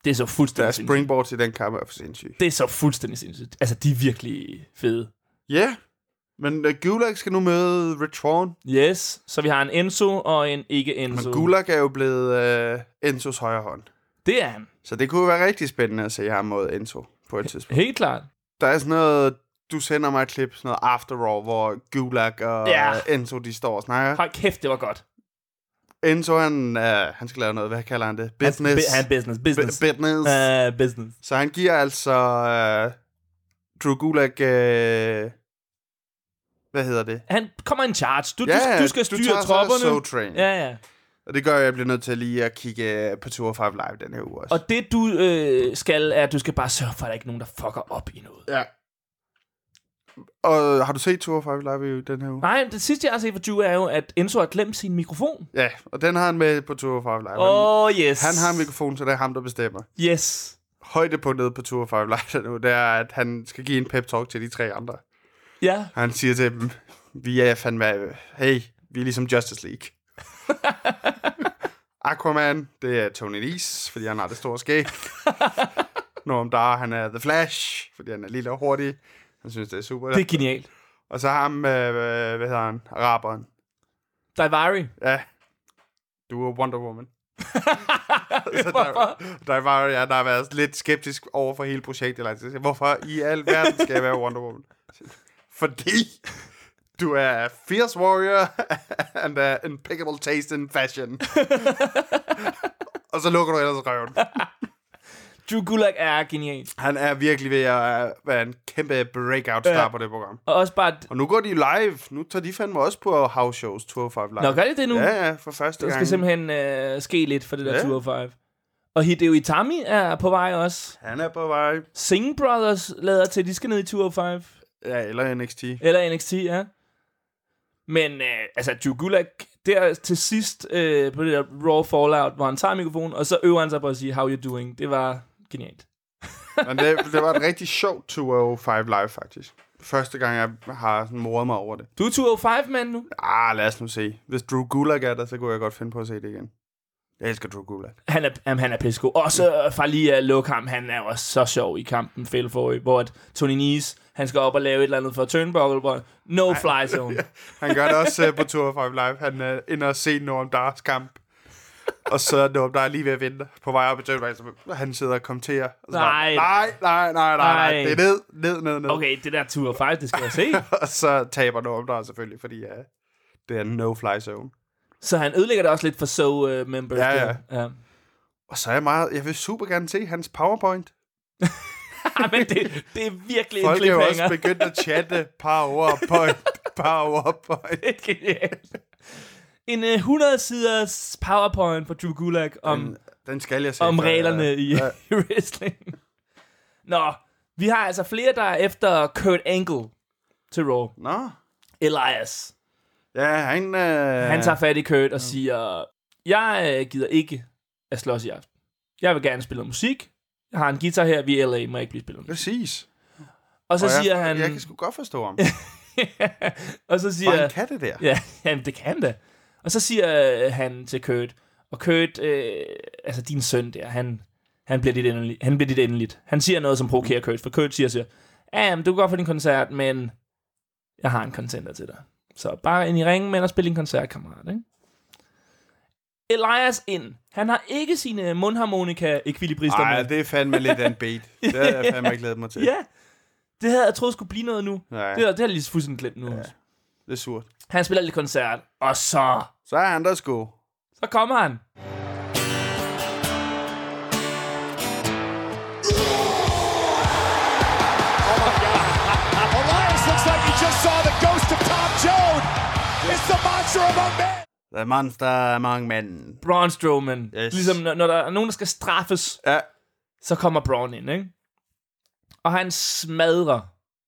[SPEAKER 3] Det er så
[SPEAKER 4] der er
[SPEAKER 3] fuldstændig sindssygt.
[SPEAKER 4] springboards i den kamp, er for sindssygt.
[SPEAKER 3] Det er så fuldstændig sindssygt. Altså, de er virkelig fede.
[SPEAKER 4] Ja, men uh, Gulak skal nu møde Rich Swan.
[SPEAKER 3] Yes, så vi har en Enzo og en ikke-Enzo.
[SPEAKER 4] Men Gulak er jo blevet uh, Enzos højre hånd.
[SPEAKER 3] Det er han.
[SPEAKER 4] Så det kunne jo være rigtig spændende at se ham mod Enzo på et tidspunkt.
[SPEAKER 3] Helt klart.
[SPEAKER 4] Der er sådan noget... Du sender mig et klip, sådan noget After Raw, hvor Gulak og ja.
[SPEAKER 3] Ja.
[SPEAKER 4] Enzo, de står og snakker.
[SPEAKER 3] Hold kæft, det var godt.
[SPEAKER 4] Enzo, han, uh, han skal lave noget, hvad kalder han det? Business.
[SPEAKER 3] Han, bu- han business. Business.
[SPEAKER 4] Bu- business.
[SPEAKER 3] uh, business.
[SPEAKER 4] Så han giver altså øh, Drew Gulak, øh, hvad hedder det?
[SPEAKER 3] Han kommer en charge. Du, ja, du, du skal styre
[SPEAKER 4] tager så
[SPEAKER 3] tropperne.
[SPEAKER 4] Soul Train. Ja.
[SPEAKER 3] Ja, ja.
[SPEAKER 4] Og det gør, at jeg bliver nødt til lige at kigge øh, på 205 Live den her uge også.
[SPEAKER 3] Og det, du øh, skal, er, at du skal bare sørge for, at der ikke er nogen, der fucker op i noget.
[SPEAKER 4] ja. Og øh, har du set 205 Live i den her uge?
[SPEAKER 3] Nej, det sidste, jeg har set fra Juve, er jo, at Enzo har glemt sin mikrofon.
[SPEAKER 4] Ja, og den har han med på 205 Live. Han,
[SPEAKER 3] Åh, oh, yes.
[SPEAKER 4] han har mikrofonen, så det er ham, der bestemmer.
[SPEAKER 3] Yes.
[SPEAKER 4] Højdepunktet på 205 Live nu, det er, at han skal give en pep-talk til de tre andre.
[SPEAKER 3] Ja.
[SPEAKER 4] Han siger til dem, vi er fandme, hey, Vi er ligesom Justice League. Aquaman, det er Tony Lees, fordi han har det store skæg. Norm Dar, han er The Flash, fordi han er lille og hurtig. Han synes, det er super.
[SPEAKER 3] Det er genialt.
[SPEAKER 4] Og så ham, øh, øh, hvad hedder han? Araberen.
[SPEAKER 3] Daivari.
[SPEAKER 4] Ja. Du er Wonder Woman. så der, der, var, ja, der har været lidt skeptisk over for hele projektet. Eller, jeg siger, hvorfor i al verden skal jeg være Wonder Woman? Fordi du er fierce warrior and a impeccable taste in fashion. Og så lukker du ellers røven.
[SPEAKER 3] Drew Gulak er genial.
[SPEAKER 4] Han er virkelig ved at øh, være en kæmpe breakout star
[SPEAKER 3] Ja.
[SPEAKER 4] på det program.
[SPEAKER 3] Og også bare...
[SPEAKER 4] Og nu går de live. Nu tager de fandme også på house shows 205 live.
[SPEAKER 3] Nå, gør de det nu?
[SPEAKER 4] Ja, ja, for første
[SPEAKER 3] Der
[SPEAKER 4] gang.
[SPEAKER 3] skal simpelthen øh, ske lidt for det der
[SPEAKER 4] Ja.
[SPEAKER 3] Tour 5. Og Hideo Itami er på vej også.
[SPEAKER 4] Han er på vej.
[SPEAKER 3] Sing Brothers lader til, de skal ned i Tour 5.
[SPEAKER 4] Ja, eller NXT.
[SPEAKER 3] Eller NXT, ja. Men øh, altså, Drew Gulak, der til sidst øh, på det der Raw Fallout, hvor han tager mikrofonen, og så øver han sig på at sige, how you doing? Det var genialt.
[SPEAKER 4] Men det, det var et rigtig sjovt 205 live, faktisk. Første gang, jeg har sådan moret mig over det.
[SPEAKER 3] Du er 205-mand nu?
[SPEAKER 4] Ah, lad os nu se. Hvis Drew Gulak er der, så kunne jeg godt finde på at se det igen. Jeg elsker Drew Gulak.
[SPEAKER 3] Han er, jamen, han er pissegod. Og så øh, for lige at lukke ham, han er også så sjov i kampen fælde for hvor at Tony Nies, han skal op og lave et eller andet for Turnbuckle, hvor no fly zone.
[SPEAKER 4] Han gør det også uh, på 205 live. Han er inde og se Norm Dars kamp. Og så er Norm Dar lige ved at vente på vej op i dødvej, så han sidder og kommenterer. Og så
[SPEAKER 3] Nej.
[SPEAKER 4] bare, nej, nej, nej, nej, nej.
[SPEAKER 3] Nej.
[SPEAKER 4] Det er ned, ned, ned, ned.
[SPEAKER 3] Okay, det der Tour 5, det skal jeg se.
[SPEAKER 4] Og så taber Norm Dar selvfølgelig, fordi ja, det er en no-fly zone.
[SPEAKER 3] Så han ødelægger det også lidt for so uh, members.
[SPEAKER 4] Ja,
[SPEAKER 3] der. ja.
[SPEAKER 4] Og så er jeg meget... Jeg vil super gerne se hans powerpoint.
[SPEAKER 3] Ej, men det, det er virkelig en
[SPEAKER 4] Folk er jo også
[SPEAKER 3] cliffhanger.
[SPEAKER 4] begyndt at chatte powerpoint, powerpoint.
[SPEAKER 3] Det er genialt. En øh, 100 siders powerpoint på Drew Gulak om,
[SPEAKER 4] Den skal jeg se.
[SPEAKER 3] om
[SPEAKER 4] før jeg-
[SPEAKER 3] reglerne i,
[SPEAKER 4] Ja.
[SPEAKER 3] i wrestling. Nå, vi har altså flere, der er efter Kurt Angle til Raw.
[SPEAKER 4] Nå.
[SPEAKER 3] Elias.
[SPEAKER 4] Ja, han... Øh,
[SPEAKER 3] Han tager fat i Kurt og siger, jeg øh, gider ikke at slås i aften. Jeg vil gerne spille noget musik. Jeg har en guitar her, vi er i LA, må ikke blive spillet musik.
[SPEAKER 4] Præcis.
[SPEAKER 3] Og så
[SPEAKER 4] Og jeg,
[SPEAKER 3] siger han...
[SPEAKER 4] Jeg kan sgu godt forstå ham.
[SPEAKER 3] og så
[SPEAKER 4] Hvor
[SPEAKER 3] siger...
[SPEAKER 4] han kan det der.
[SPEAKER 3] Ja, jamen, det kan da. Og så siger øh, han til Kurt, og Kurt, øh, altså din søn der, han, han, bliver dit endelig, han bliver dit endeligt. Han siger noget, som provokerer Kurt, for Kurt siger så, ja, jamen, du kan godt få din koncert, men jeg har en contender til dig. Så bare ind i ringen med og spille en koncert, kammerat, ikke? Elias ind. Han har ikke sine mundharmonika ekvilibrister
[SPEAKER 4] Nej,
[SPEAKER 3] med.
[SPEAKER 4] det er fandme lidt en bait. Det havde jeg fandme glædet mig til.
[SPEAKER 3] Ja, det havde jeg troet skulle blive noget nu.
[SPEAKER 4] Nej.
[SPEAKER 3] Det, det har jeg lige fuldstændig glemt nu. Ja.
[SPEAKER 4] Det er surt.
[SPEAKER 3] Han spiller lidt koncert, og så,
[SPEAKER 4] Så er han der sgu.
[SPEAKER 3] så kommer han.
[SPEAKER 5] Elias looks like he just saw the ghost of Tom Joad. It's the monster among men.
[SPEAKER 4] The monster among men.
[SPEAKER 3] Braun Strowman. Yes.
[SPEAKER 4] Yes.
[SPEAKER 3] Ligesom når, når der er nogen, der skal straffes,
[SPEAKER 4] Ja,
[SPEAKER 3] så kommer Braun ind, ikke? Og han smadrer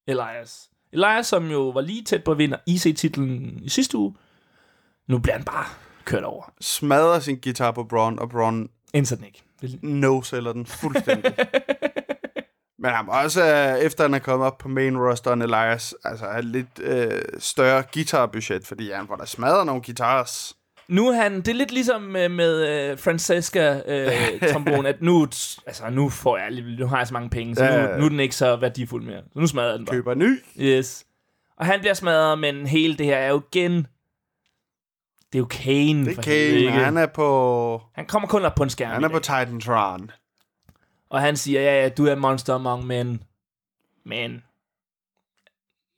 [SPEAKER 3] Elias. Elias, som jo var lige tæt på at vinde IC-titlen i sidste uge, nu bliver han bare kørt over.
[SPEAKER 4] smadrer sin guitar på Braun, og Braun
[SPEAKER 3] Indtil ikke. Vil-
[SPEAKER 4] no-sælger den fuldstændig. Men han var også, øh, efter han er kommet op på main rosteren, Elias, altså er lidt øh, større guitarbudget, fordi han var der smadret nogle guitars.
[SPEAKER 3] Nu er han, det er lidt ligesom øh, med øh, Francesca øh, trombon, at nu, altså, nu får jeg, lige- nu har jeg så mange penge, så
[SPEAKER 4] Ja.
[SPEAKER 3] nu, nu er den ikke så værdifuld mere. Så nu smadrer jeg den bare.
[SPEAKER 4] Køber ny.
[SPEAKER 3] Yes. Og han bliver smadret, men hele det her er jo igen... Det er jo Kane.
[SPEAKER 4] Det
[SPEAKER 3] for
[SPEAKER 4] er
[SPEAKER 3] helvede,
[SPEAKER 4] Kane,
[SPEAKER 3] ikke?
[SPEAKER 4] han er på,
[SPEAKER 3] han kommer kun op på en skærm
[SPEAKER 4] han
[SPEAKER 3] i
[SPEAKER 4] er på
[SPEAKER 3] dag.
[SPEAKER 4] Titantron.
[SPEAKER 3] Og han siger, ja, ja, du er monster among men... Men...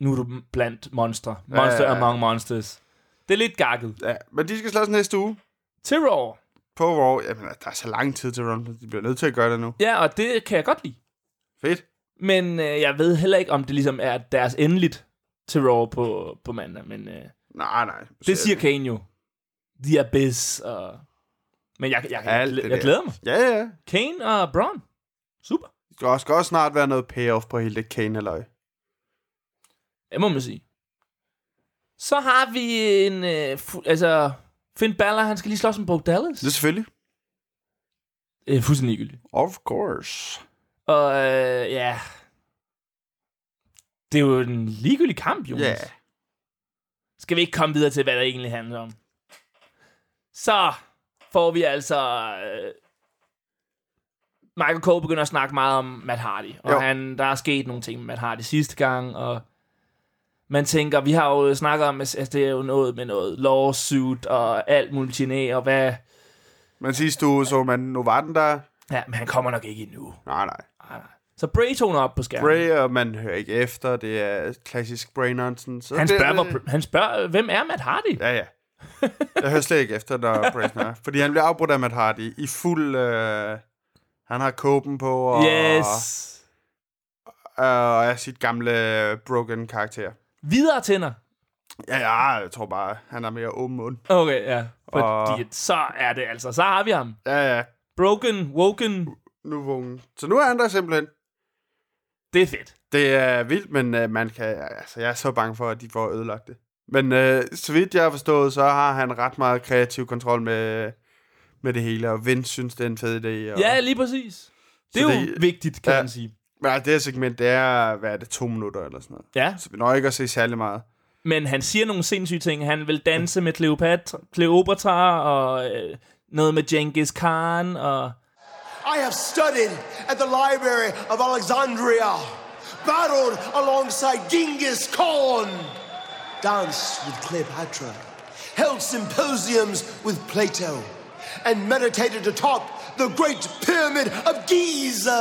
[SPEAKER 3] Nu er du blandt monstre. Monster
[SPEAKER 4] Ja, ja, ja.
[SPEAKER 3] among monsters. Det er lidt gakket.
[SPEAKER 4] Ja, men de skal slås næste uge
[SPEAKER 3] Til Raw.
[SPEAKER 4] på Raw. Jamen, der er så lang tid til Rumble, de bliver nødt til at gøre det nu.
[SPEAKER 3] Ja, og det kan jeg godt lide.
[SPEAKER 4] Fedt.
[SPEAKER 3] Men øh, jeg ved heller ikke, om det ligesom er deres endeligt til Raw på, på mandag. Men øh,
[SPEAKER 4] Nej, nej.
[SPEAKER 3] det siger Kane jo. The Abyss og... Men jeg, jeg, jeg,
[SPEAKER 4] Alt det
[SPEAKER 3] jeg, jeg
[SPEAKER 4] der.
[SPEAKER 3] glæder mig.
[SPEAKER 4] Ja, ja.
[SPEAKER 3] Kane og Braun. Super.
[SPEAKER 4] Der skal også snart være noget payoff på hele det Kane-løg.
[SPEAKER 3] Det må man sige. Så har vi en... Øh, fu- altså, Finn Balor, han skal lige slås med Bo Dallas.
[SPEAKER 4] Det er selvfølgelig.
[SPEAKER 3] Øh, fuldstændig ligegyldigt.
[SPEAKER 4] Of course.
[SPEAKER 3] Og øh, ja... Det er jo en ligegyldig kamp,
[SPEAKER 4] Ja.
[SPEAKER 3] Jonas.
[SPEAKER 4] Yeah.
[SPEAKER 3] skal vi ikke komme videre til, hvad det egentlig handler om. Så får vi altså... Øh, Michael Cole begynder at snakke meget om Matt Hardy. Og
[SPEAKER 4] Jo.
[SPEAKER 3] han, der er sket nogle ting med Matt Hardy sidste gang, og man tænker, vi har jo snakket om, at altså, det er jo noget med noget lawsuit og alt muligt gené, og hvad...
[SPEAKER 4] Men sidste uge så man Novarten der.
[SPEAKER 3] Ja, men han kommer nok ikke endnu.
[SPEAKER 4] Nej, nej.
[SPEAKER 3] Nej, nej. Så Bray toner op på skærmen.
[SPEAKER 4] Bray, og man hører ikke efter. Det er klassisk Bray nonsense. Så
[SPEAKER 3] han,
[SPEAKER 4] det,
[SPEAKER 3] spørger, hvor, han spørger, hvem er Matt Hardy?
[SPEAKER 4] Ja, ja. Jeg hører slet ikke efter, når Bray snakker. Fordi han bliver afbrudt af Matt Hardy i fuld... Øh, han har kåben på, og,
[SPEAKER 3] Yes.
[SPEAKER 4] øh, og er sit gamle øh, broken karakter.
[SPEAKER 3] Videre tænder.
[SPEAKER 4] Ja, ja, jeg tror bare, han er mere åben mund.
[SPEAKER 3] Okay, ja. Fordi og... så er det altså. Så har vi ham.
[SPEAKER 4] Ja, ja.
[SPEAKER 3] Broken, woken.
[SPEAKER 4] Nu er vågen. Så nu er han der simpelthen.
[SPEAKER 3] Det er fedt.
[SPEAKER 4] Det er vildt, men øh, man kan, altså, jeg er så bange for, at de får ødelagt det. Men øh, så vidt jeg har forstået, så har han ret meget kreativ kontrol med, med det hele, og Vince synes, det er en fed idé. Og,
[SPEAKER 3] Ja, lige præcis. Det
[SPEAKER 4] Så
[SPEAKER 3] er jo
[SPEAKER 4] det-
[SPEAKER 3] vigtigt, kan
[SPEAKER 4] Ja.
[SPEAKER 3] man sige.
[SPEAKER 4] Men altså, det her segment, det er, hvad er det, to minutter eller sådan noget.
[SPEAKER 3] Ja,
[SPEAKER 4] Så vi når ikke at se særlig meget.
[SPEAKER 3] men han siger nogle sindssyge ting. Han vil danse med Cleopatra, Cleopatra og øh, noget med Genghis Khan. Og...
[SPEAKER 6] I have studied at the Library of Alexandria, battled alongside Genghis Khan, danced with Cleopatra, held symposiums with Plato, and meditated atop the Great Pyramid of Giza.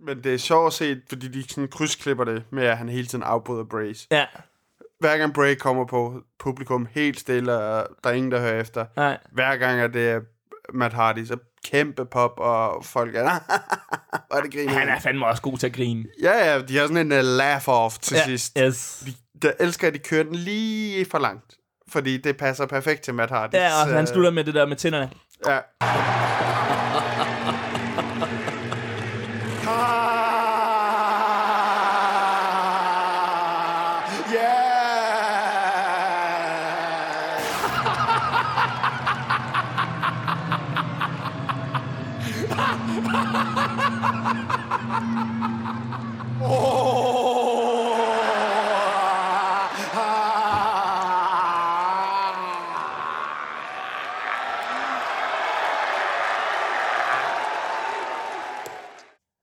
[SPEAKER 4] Men det er sjovt at se, fordi de sådan krydsklipper det med, at han hele tiden afbryder Brace.
[SPEAKER 3] Ja,
[SPEAKER 4] Hver gang Bray kommer på publikum helt stille, og der er ingen, der hører efter.
[SPEAKER 3] nej.
[SPEAKER 4] Hver gang at det er Matt Hardy, så kæmpe pop, og folk er... Hvor er det griner.
[SPEAKER 3] Han er fandme også god til at grine.
[SPEAKER 4] Ja, ja, de har sådan en uh, laugh-off til ja. sidst.
[SPEAKER 3] Ja, yes.
[SPEAKER 4] De- Der elsker, at de kører den lige for langt. Fordi det passer perfekt til Matt Hardy.
[SPEAKER 3] Ja, og han slutter med det der med tænderne.
[SPEAKER 4] Ja.
[SPEAKER 6] Yeah! Oh.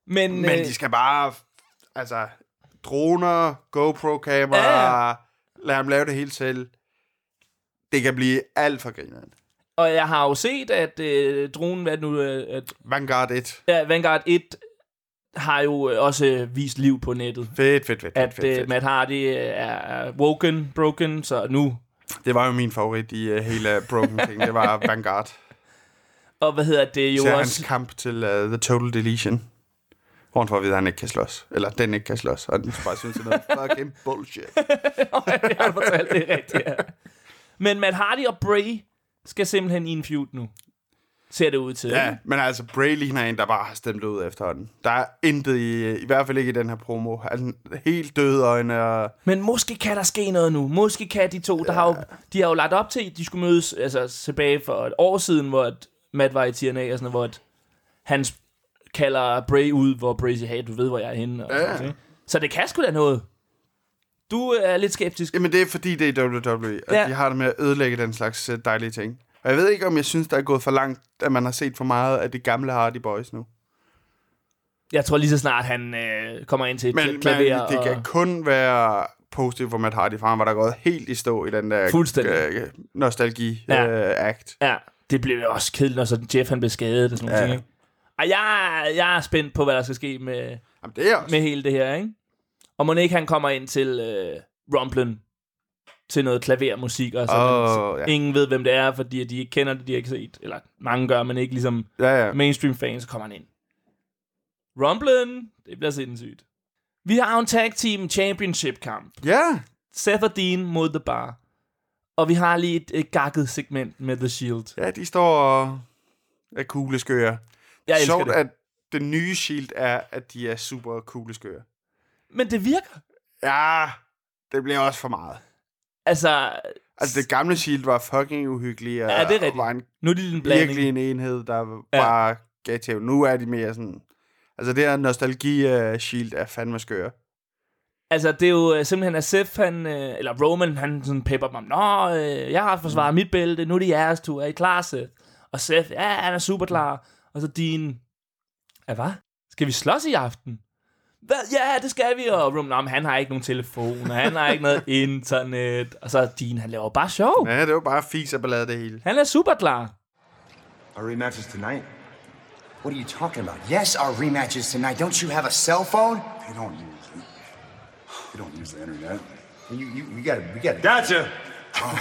[SPEAKER 3] Men,
[SPEAKER 4] Men
[SPEAKER 3] øh,
[SPEAKER 4] de skal bare... Altså, droner, GoPro-kamera,
[SPEAKER 3] Ja.
[SPEAKER 4] ja. lad ham lave det hele selv. Det kan blive alt for grineren.
[SPEAKER 3] Og jeg har jo set, at øh, dronen, hvad er det nu, øh, at,
[SPEAKER 4] Vanguard 1.
[SPEAKER 3] ja, Vanguard 1 har jo øh, også øh, vist liv på nettet.
[SPEAKER 4] Fedt, fedt, fedt. fedt,
[SPEAKER 3] At
[SPEAKER 4] fedt,
[SPEAKER 3] øh,
[SPEAKER 4] fedt.
[SPEAKER 3] Matt Hardy øh, er- er woken, broken, så nu.
[SPEAKER 4] Det var jo min favorit i uh, hele Broken King. Det var Vanguard.
[SPEAKER 3] Og hvad hedder det jo
[SPEAKER 4] Til hans
[SPEAKER 3] også?
[SPEAKER 4] kamp til uh, The Total Deletion. Hvor han får at vide, at han ikke kan slås. Eller den ikke kan slås. Og den bare synes, det er noget fucking bullshit.
[SPEAKER 3] jeg har fortalt det er rigtigt, ja. Men Matt Hardy og Bray skal simpelthen i en feud nu. Ser det ud til.
[SPEAKER 4] Ja, men altså, Bray ligner en, der bare har stemt ud efterhånden. Der er intet i, i hvert fald ikke i den her promo. Altså, helt døde øjne og...
[SPEAKER 3] Men måske kan der ske noget nu. Måske kan de to, der har jo, de har jo lagt op til, at de skulle mødes altså, tilbage for et år siden, hvor at Matt var i TNA, og sådan, noget, hvor at han sp- kalder Bray ud, hvor Bray siger, hey, du ved, hvor jeg er henne. Og sådan, noget, ikke? Så det kan sgu da noget. Du er lidt skeptisk.
[SPEAKER 4] Jamen, det er fordi, det er WWE, og
[SPEAKER 3] Ja.
[SPEAKER 4] ja. de har det med E, at ødelægge den slags øh, dejlige ting. Og jeg ved ikke, om jeg synes, der er gået for langt, at man har set for meget af det gamle Hardy Boys nu.
[SPEAKER 3] Jeg tror lige så snart, han øh, kommer ind til et
[SPEAKER 4] Men,
[SPEAKER 3] men,
[SPEAKER 4] men
[SPEAKER 3] klaver.
[SPEAKER 4] det kan
[SPEAKER 3] og,
[SPEAKER 4] kun være positivt for Matt Hardy, for han var der gået helt i stå i den der
[SPEAKER 3] Fuldstændig.
[SPEAKER 4] øh, nostalgi-act.
[SPEAKER 3] Ja.
[SPEAKER 4] Ja. Øh, act.
[SPEAKER 3] ja, det blev jo også kedeligt, når sådan Jeff han blev skadet og sådan noget. Ja.
[SPEAKER 4] Ja.
[SPEAKER 3] Ting, ikke? Ej, jeg, jeg er spændt på, hvad der skal ske med,
[SPEAKER 4] Jamen, det er også.
[SPEAKER 3] med hele det her, ikke? Og Monique, han kommer ind til øh, Rumblen til noget klavermusik og sådan
[SPEAKER 4] Åh,
[SPEAKER 3] Så
[SPEAKER 4] ja.
[SPEAKER 3] Ingen ved, hvem det er, fordi de ikke kender det, de har ikke set. Eller mange gør, men ikke ligesom
[SPEAKER 4] Ja, ja.
[SPEAKER 3] mainstream fans, så kommer han ind. Rumblen, det bliver sindssygt. Vi har en tag team championship kamp.
[SPEAKER 4] ja.
[SPEAKER 3] Seth og Dean mod The Bar. Og vi har lige et, et gakket segment med The Shield.
[SPEAKER 4] Ja, de står og er kugleskøre.
[SPEAKER 3] Jeg elsker
[SPEAKER 4] Sjovt,
[SPEAKER 3] det.
[SPEAKER 4] at det nye Shield er, at de er super kugleskøre.
[SPEAKER 3] Men det virker.
[SPEAKER 4] Ja, det bliver også for meget.
[SPEAKER 3] Altså,
[SPEAKER 4] Altså, det gamle Shield var fucking uhyggeligt, og,
[SPEAKER 3] Ja, det er rigtigt.
[SPEAKER 4] og var en,
[SPEAKER 3] nu er det en blanding.
[SPEAKER 4] virkelig en enhed, der
[SPEAKER 3] Ja.
[SPEAKER 4] ja. bare gav til. øh, Nu er de mere sådan... Altså, det her nostalgi-shield er fandme skøre.
[SPEAKER 3] Altså, det er jo øh, simpelthen, at Seth, han, øh, eller Roman, han sådan pepper dem om, Nå, øh, jeg har forsvaret
[SPEAKER 4] Mm.
[SPEAKER 3] mit bælte, nu er det jeres tur, er I klar, Seth? Og Seth, ja, han er super klar. Og så Dean, ja, hvad? Skal vi slås i aften? Hvad? Ja, det skal vi. Og Roman, "Nå, men han har ikke nogen telefon, og han har ikke noget internet. Og så Dean, han laver bare sjov.
[SPEAKER 4] Ja, det var bare fis og ballade det hele.
[SPEAKER 3] Han er super klar.
[SPEAKER 7] Our rematch is tonight. What are you talking about? Yes, our rematch is tonight. Don't you have a cell phone? They don't use it. They don't use the internet. You, you, you gotta, we gotta. Gotcha.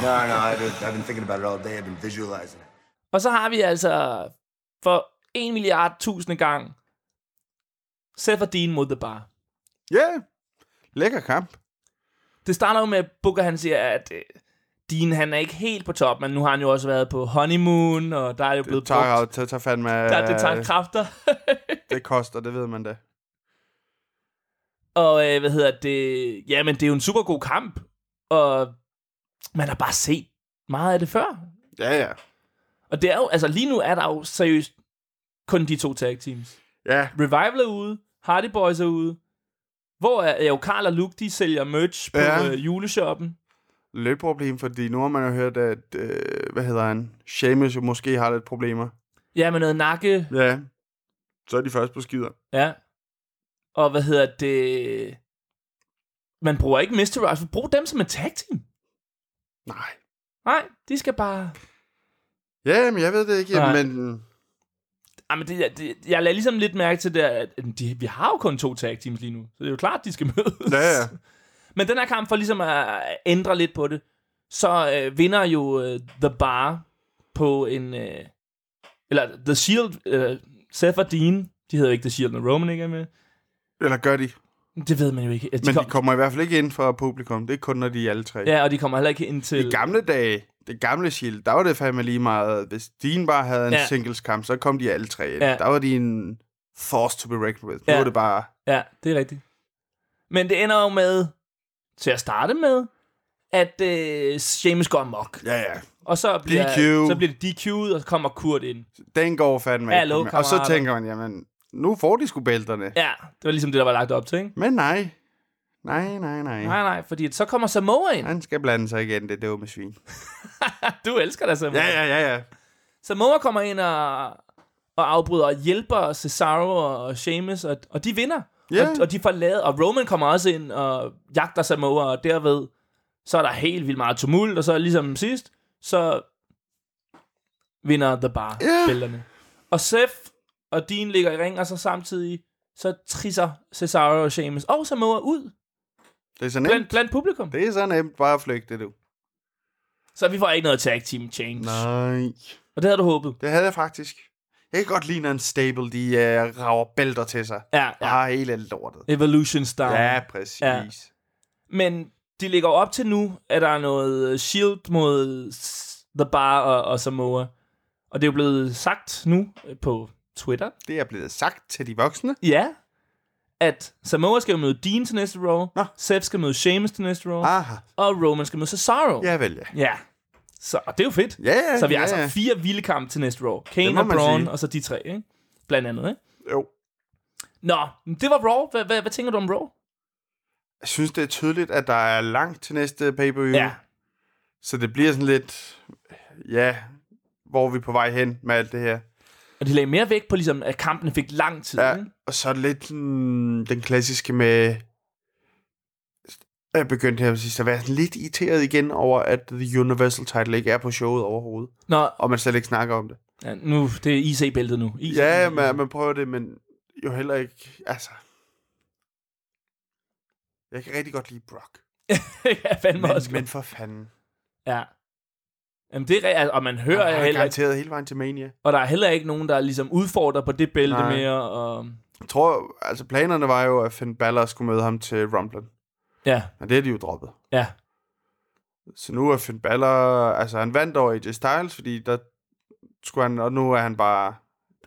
[SPEAKER 7] no, no, I've been, I've been thinking about it all day. I've been visualizing it.
[SPEAKER 3] Og så har vi altså for en milliard tusinde gang Seth og Dean mod The Bar.
[SPEAKER 4] Ja, yeah. lækker kamp.
[SPEAKER 3] Det starter jo med, at Booker han siger, at øh, Dean han er ikke helt på top, men nu har han jo også været på honeymoon, og der er jo blevet
[SPEAKER 4] Det tager, det tager fandme... øh,
[SPEAKER 3] der, det tager kræfter.
[SPEAKER 4] det koster, det ved man da.
[SPEAKER 3] og øh, hvad hedder det? Jamen, det er jo en super god kamp, og man har bare set meget af det før.
[SPEAKER 4] Ja, ja.
[SPEAKER 3] Og det er jo, altså lige nu er der jo seriøst kun de to tag teams.
[SPEAKER 4] Ja,
[SPEAKER 3] Revival er ude, Hardy Boys er ude, hvor er er jo Karl og Luke, de sælger merch på
[SPEAKER 4] Ja.
[SPEAKER 3] ja. øh, juleshoppen.
[SPEAKER 4] lidt problem, fordi nu har man jo hørt, at... Øh, hvad hedder han? Seamus jo måske har lidt problemer.
[SPEAKER 3] Ja, med noget nakke.
[SPEAKER 4] Ja. Så er de først på skider.
[SPEAKER 3] Ja. Og hvad hedder det? Man bruger ikke Mr. Rush. Brug dem som en tag team.
[SPEAKER 4] Nej.
[SPEAKER 3] Nej, de skal bare...
[SPEAKER 4] Ja, men jeg ved det ikke,
[SPEAKER 3] Nej.
[SPEAKER 4] men...
[SPEAKER 3] Jamen, ah, det, er- det, jeg lader ligesom lidt mærke til det, at de, vi har jo kun to tag teams lige nu. Så det er jo klart, de skal mødes.
[SPEAKER 4] Ja, ja.
[SPEAKER 3] Men den her kamp, for ligesom at ændre lidt på det, så øh, vinder jo øh, The Bar på en... Øh, eller The Shield... Øh, Seth og Dean, de hedder jo ikke The Shield, når Roman ikke er med.
[SPEAKER 4] Eller gør de?
[SPEAKER 3] Det ved man jo ikke. Altså,
[SPEAKER 4] Men de kommer i hvert fald ikke ind for publikum. Det er kun, når de er alle tre.
[SPEAKER 3] Ja, og de kommer heller ikke ind til...
[SPEAKER 4] I gamle dage, det gamle Shield, der var det fandme lige meget. Hvis Dean bare havde en
[SPEAKER 3] Ja.
[SPEAKER 4] ja. singleskamp, så kom de alle tre ind.
[SPEAKER 3] Ja.
[SPEAKER 4] Ja. Der var de en force to be reckoned with. Nu
[SPEAKER 3] Ja.
[SPEAKER 4] ja. var det bare...
[SPEAKER 3] Ja, det er rigtigt. Men det ender jo med, til at starte med, at øh, Seamus går amok.
[SPEAKER 4] Ja, ja.
[SPEAKER 3] Og så bliver,
[SPEAKER 4] DQ.
[SPEAKER 3] så bliver det DQ'et, og så kommer Kurt ind.
[SPEAKER 4] Den går fandme ikke.
[SPEAKER 3] Hallo,
[SPEAKER 4] Og så
[SPEAKER 3] kammerater.
[SPEAKER 4] tænker man, jamen, nu får de sgu bælterne. Ja.
[SPEAKER 3] Ja, det var ligesom det, der var lagt op til, ikke?
[SPEAKER 4] Men nej. Nej, nej, nej.
[SPEAKER 3] Nej, nej, fordi at så kommer Samoa ind.
[SPEAKER 4] Han skal blande sig igen, det dumme svin.
[SPEAKER 3] Du elsker da Samoa.
[SPEAKER 4] Ja, ja, ja, ja.
[SPEAKER 3] Samoa kommer ind og, og afbryder og hjælper Cesaro og Sheamus, og, og de vinder.
[SPEAKER 4] Ja.
[SPEAKER 3] Og, og de får lavet, og Roman kommer også ind og jagter Samoa, og derved, så er der helt vildt meget tumult, og så ligesom sidst, så vinder The Bar
[SPEAKER 4] Ja.
[SPEAKER 3] bælterne. Og Seth og Dean ligger i ring, og så samtidig, så trisser Cesaro og Sheamus og Samoa ud
[SPEAKER 4] Det er så nemt.
[SPEAKER 3] blandt, blandt publikum.
[SPEAKER 4] Det er så nemt bare at flygte, du.
[SPEAKER 3] Så vi får ikke noget tag team change.
[SPEAKER 4] Nej.
[SPEAKER 3] Og det havde du håbet.
[SPEAKER 4] Det havde jeg faktisk. Jeg kan godt lide, når en stable, de uh, rager bælter til sig.
[SPEAKER 3] Ja,
[SPEAKER 4] Og
[SPEAKER 3] ja.
[SPEAKER 4] har hele lortet.
[SPEAKER 3] Evolution Star.
[SPEAKER 4] Ah. Ja, præcis.
[SPEAKER 3] Ja.
[SPEAKER 4] Ja.
[SPEAKER 3] Men de ligger jo op til nu, at der er noget øh, Shield mod s- The Bar og, og Samoa. Og det er jo blevet sagt nu øh, på Twitter.
[SPEAKER 4] Det er blevet sagt til de voksne.
[SPEAKER 3] Ja. At Samoa skal jo møde Dean til næste row.
[SPEAKER 4] Nå.
[SPEAKER 3] Seth skal møde Sheamus til næste row.
[SPEAKER 4] Aha.
[SPEAKER 3] Og Roman skal møde Cesaro.
[SPEAKER 4] Ja, vel, ja.
[SPEAKER 3] ja. Så, og det er jo fedt.
[SPEAKER 4] Ja, ja,
[SPEAKER 3] Så vi har
[SPEAKER 4] ja, ja.
[SPEAKER 3] altså fire vilde kampe til næste row.
[SPEAKER 4] Det
[SPEAKER 3] Kane
[SPEAKER 4] må
[SPEAKER 3] og
[SPEAKER 4] man
[SPEAKER 3] Braun,
[SPEAKER 4] sige.
[SPEAKER 3] og så de tre, ikke? Blandt andet, ikke?
[SPEAKER 4] Jo.
[SPEAKER 3] Nå, men det var Raw. Hvad, hvad, hvad tænker du om Raw?
[SPEAKER 4] Jeg synes, det er tydeligt, at der er langt til næste pay-per-view.
[SPEAKER 3] Ja.
[SPEAKER 4] Så det bliver sådan lidt... Ja, hvor er vi på vej hen med alt det her?
[SPEAKER 3] Og de lagde mere vægt på, ligesom, at kampene fik lang tid.
[SPEAKER 4] Ja,
[SPEAKER 3] ikke?
[SPEAKER 4] og så er det lidt mm, den klassiske med... Jeg begyndte her sidst at være sådan lidt irriteret igen over, at The Universal Title ikke er på showet overhovedet.
[SPEAKER 3] Nå,
[SPEAKER 4] Og man slet ikke snakker om det.
[SPEAKER 3] Ja, nu, det er IC-bæltet nu. IC
[SPEAKER 4] Ja, man, man prøver det, men jo heller ikke... Altså... Jeg kan rigtig godt lide Brock.
[SPEAKER 3] ja, fandme også.
[SPEAKER 4] Men,
[SPEAKER 3] Men,
[SPEAKER 4] men for fanden.
[SPEAKER 3] ja. Jamen, det er, re- altså, og man hører
[SPEAKER 4] Jeg
[SPEAKER 3] ja,
[SPEAKER 4] har
[SPEAKER 3] heller ikke,
[SPEAKER 4] garanteret hele vejen til Mania.
[SPEAKER 3] og der er heller ikke nogen, der ligesom udfordrer på det bælte
[SPEAKER 4] Nej.
[SPEAKER 3] mere. Og,
[SPEAKER 4] Jeg tror, altså planerne var jo, at Finn Balor skulle møde ham til Rumble.
[SPEAKER 3] ja,
[SPEAKER 4] Men det er de jo droppet.
[SPEAKER 3] ja,
[SPEAKER 4] Så nu er Finn Balor... Altså, han vandt over AJ Styles, fordi der skulle han... Og nu er han bare...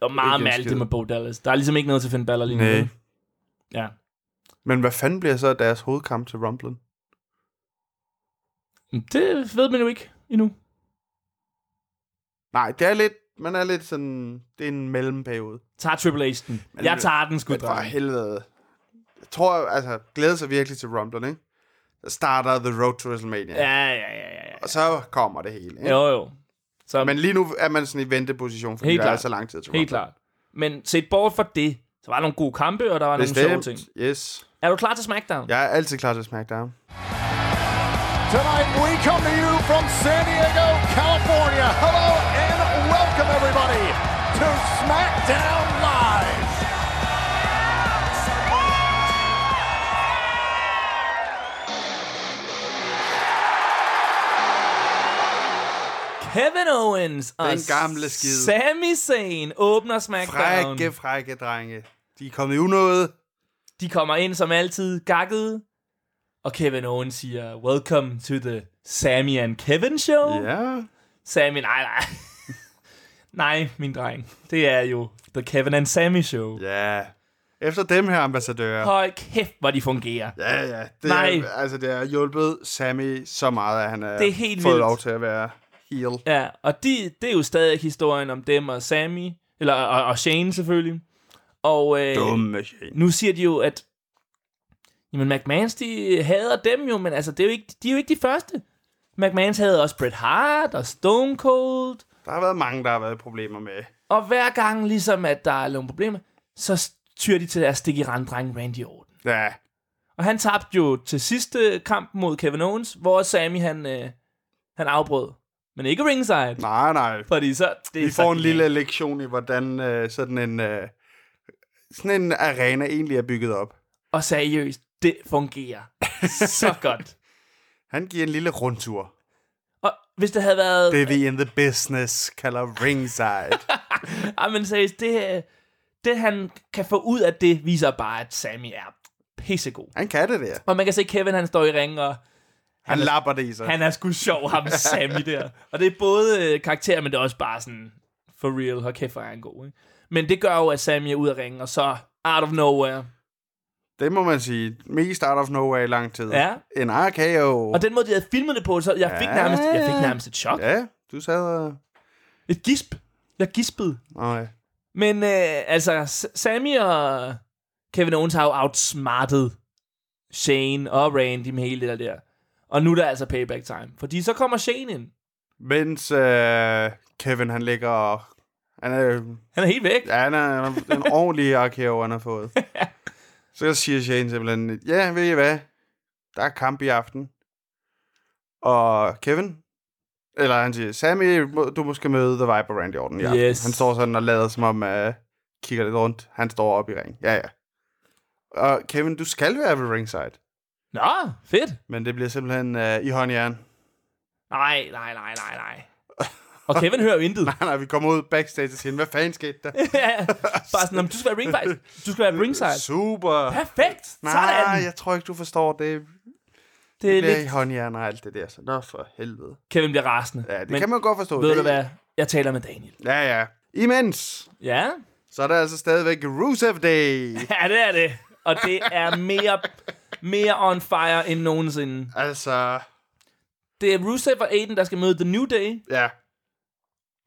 [SPEAKER 3] og meget
[SPEAKER 4] Ikke en
[SPEAKER 3] med alt det
[SPEAKER 4] skid.
[SPEAKER 3] med Bo Dallas. Der er ligesom ikke noget til Finn Balor lige nu.
[SPEAKER 4] Næh.
[SPEAKER 3] Ja.
[SPEAKER 4] Men hvad fanden bliver så deres hovedkamp til Rumble?
[SPEAKER 3] Men Det ved man jo ikke endnu.
[SPEAKER 4] Nej, det er lidt... Man er lidt sådan... Det er en mellemperiode.
[SPEAKER 3] Tager Triple H den. Jeg tager den, sgu
[SPEAKER 4] Men for
[SPEAKER 3] dreng.
[SPEAKER 4] helvede. jeg tror, altså, glæder sig virkelig til Rumble, ikke? Der starter The Road to WrestleMania. Ja.
[SPEAKER 3] Ja, ja, ja, ja. ja.
[SPEAKER 4] Og så kommer det hele, ikke?
[SPEAKER 3] Jo, jo. Så,
[SPEAKER 4] Men lige nu er man sådan i venteposition, fordi
[SPEAKER 3] Helt
[SPEAKER 4] der er
[SPEAKER 3] klart.
[SPEAKER 4] så lang tid til
[SPEAKER 3] Helt klart. Men set bort fra det, så var der nogle gode kampe, og der var nogle sjove ting.
[SPEAKER 4] Bestemt, yes.
[SPEAKER 3] Er du klar til SmackDown?
[SPEAKER 4] Jeg er altid klar til SmackDown.
[SPEAKER 8] Tonight, we come to you from San Diego, California. Hello and welcome, everybody, to SmackDown Live.
[SPEAKER 3] Kevin Owens og
[SPEAKER 4] Den gamle skide.
[SPEAKER 3] Sami Zayn åbner SmackDown.
[SPEAKER 4] Frække, frække drenge. De er kommet i unåde.
[SPEAKER 3] De kommer ind som altid gakkede. Og Kevin Owens siger, welcome to the Sammy and Kevin show.
[SPEAKER 4] Ja.
[SPEAKER 3] Sammy, nej, nej. nej, min dreng. Det er jo the Kevin and Sammy show.
[SPEAKER 4] Ja. Efter dem her ambassadører.
[SPEAKER 3] Hold kæft, hvor de fungerer.
[SPEAKER 4] Ja, ja. Det
[SPEAKER 3] Nej.
[SPEAKER 4] Er, altså, det har hjulpet Sammy så meget, at han er,
[SPEAKER 3] Det er helt
[SPEAKER 4] fået
[SPEAKER 3] vildt.
[SPEAKER 4] lov til at være heel.
[SPEAKER 3] Ja, og de, det er jo stadig historien om dem og Sammy, eller og, og Shane selvfølgelig. Og øh,
[SPEAKER 4] Dumme Shane.
[SPEAKER 3] nu siger de jo, at jamen, McMahons, de hader dem jo, men altså, det er jo ikke, de er jo ikke de første. McMahons havde også Bret Hart og Stone Cold,
[SPEAKER 4] Der har været mange, der har været problemer med.
[SPEAKER 3] og hver gang ligesom, at der er nogle problemer, så tyrer de til deres stik i randdreng Randy Orton.
[SPEAKER 4] Ja.
[SPEAKER 3] Og han tabte jo til sidste kamp mod Kevin Owens, hvor Sammy han, øh, han afbrød. Men ikke ringside.
[SPEAKER 4] Nej, nej.
[SPEAKER 3] Fordi så, det er
[SPEAKER 4] Vi
[SPEAKER 3] så
[SPEAKER 4] får en
[SPEAKER 3] genialt.
[SPEAKER 4] lille lektion i, hvordan øh, sådan en... Øh, sådan en arena egentlig er bygget op.
[SPEAKER 3] Og seriøst, det fungerer så godt.
[SPEAKER 4] Han giver en lille rundtur.
[SPEAKER 3] Og hvis det havde været...
[SPEAKER 4] Det vi in the business kalder ringside.
[SPEAKER 3] Ej, men seriøst, det, øh, det han kan få ud af det, viser bare, at Sammy er pissegod.
[SPEAKER 4] Han kan det der.
[SPEAKER 3] Og man kan se, Kevin han står i ring, og
[SPEAKER 4] Han lapper det i sig.
[SPEAKER 3] han er sgu sjov, ham Sammy der. Og det er både øh, karakter, men det er også bare sådan, for real, hold kæft, hvor er han god, ikke? Men det gør jo, at Sammy er ude af ringen, og så out of nowhere.
[SPEAKER 4] Det må man sige. Mest out of nowhere i lang tid.
[SPEAKER 3] Ja.
[SPEAKER 4] En RKO.
[SPEAKER 3] Og den måde, de havde filmet det på, så jeg fik,
[SPEAKER 4] Ja,
[SPEAKER 3] nærmest, jeg
[SPEAKER 4] ja.
[SPEAKER 3] fik nærmest et chok.
[SPEAKER 4] Ja, du sad og...
[SPEAKER 3] Et gisp. Jeg gispede.
[SPEAKER 4] Nej.
[SPEAKER 3] Men øh, altså, S- Sammy og Kevin Owens har jo outsmartet Shane og Randy med hele det der der. Og nu er der altså payback time. Fordi så kommer Shane ind.
[SPEAKER 4] Mens øh, Kevin, han ligger og... Han er,
[SPEAKER 3] Han er helt væk.
[SPEAKER 4] ja, han er han er en ordentlig arkeo, han har fået. Så siger Shane simpelthen, ja, ved I hvad? Der er kamp i aften. Og Kevin, eller han siger, Sammy, må- du måske møde The Viper Randy Orton i aften.
[SPEAKER 3] Yes.
[SPEAKER 4] Han står sådan og lader som om, uh, kigger lidt rundt. Han står op i ring. Ja, ja. Og Kevin, du skal være ved ringside.
[SPEAKER 3] Nå, fedt.
[SPEAKER 4] Men det bliver simpelthen uh, i håndjern.
[SPEAKER 3] Nej, nej, nej, nej, nej. Og Kevin hører jo intet.
[SPEAKER 4] Nej, nej, vi kommer ud backstage og siger, hvad fanden skete der?
[SPEAKER 3] Ja, Bare sådan, "Nå, men du skal være ringside. Du skal være ringside.
[SPEAKER 4] Super.
[SPEAKER 3] Perfekt.
[SPEAKER 4] Nej,
[SPEAKER 3] Sådan.
[SPEAKER 4] jeg tror ikke, du forstår det.
[SPEAKER 3] Det er
[SPEAKER 4] Det er i
[SPEAKER 3] lidt...
[SPEAKER 4] håndjern og alt det der. Så nå for helvede.
[SPEAKER 3] Kevin bliver rasende.
[SPEAKER 4] Ja, det Men, kan man godt forstå.
[SPEAKER 3] Ved
[SPEAKER 4] det,
[SPEAKER 3] du hvad? Jeg taler med Daniel.
[SPEAKER 4] Ja, ja. Imens,
[SPEAKER 3] Ja?
[SPEAKER 4] så er der altså stadigvæk Rusev Day.
[SPEAKER 3] Ja, det er det. Og det er mere, mere on fire end nogensinde.
[SPEAKER 4] altså,
[SPEAKER 3] Det er Rusev og Aiden, der skal møde The New Day.
[SPEAKER 4] ja.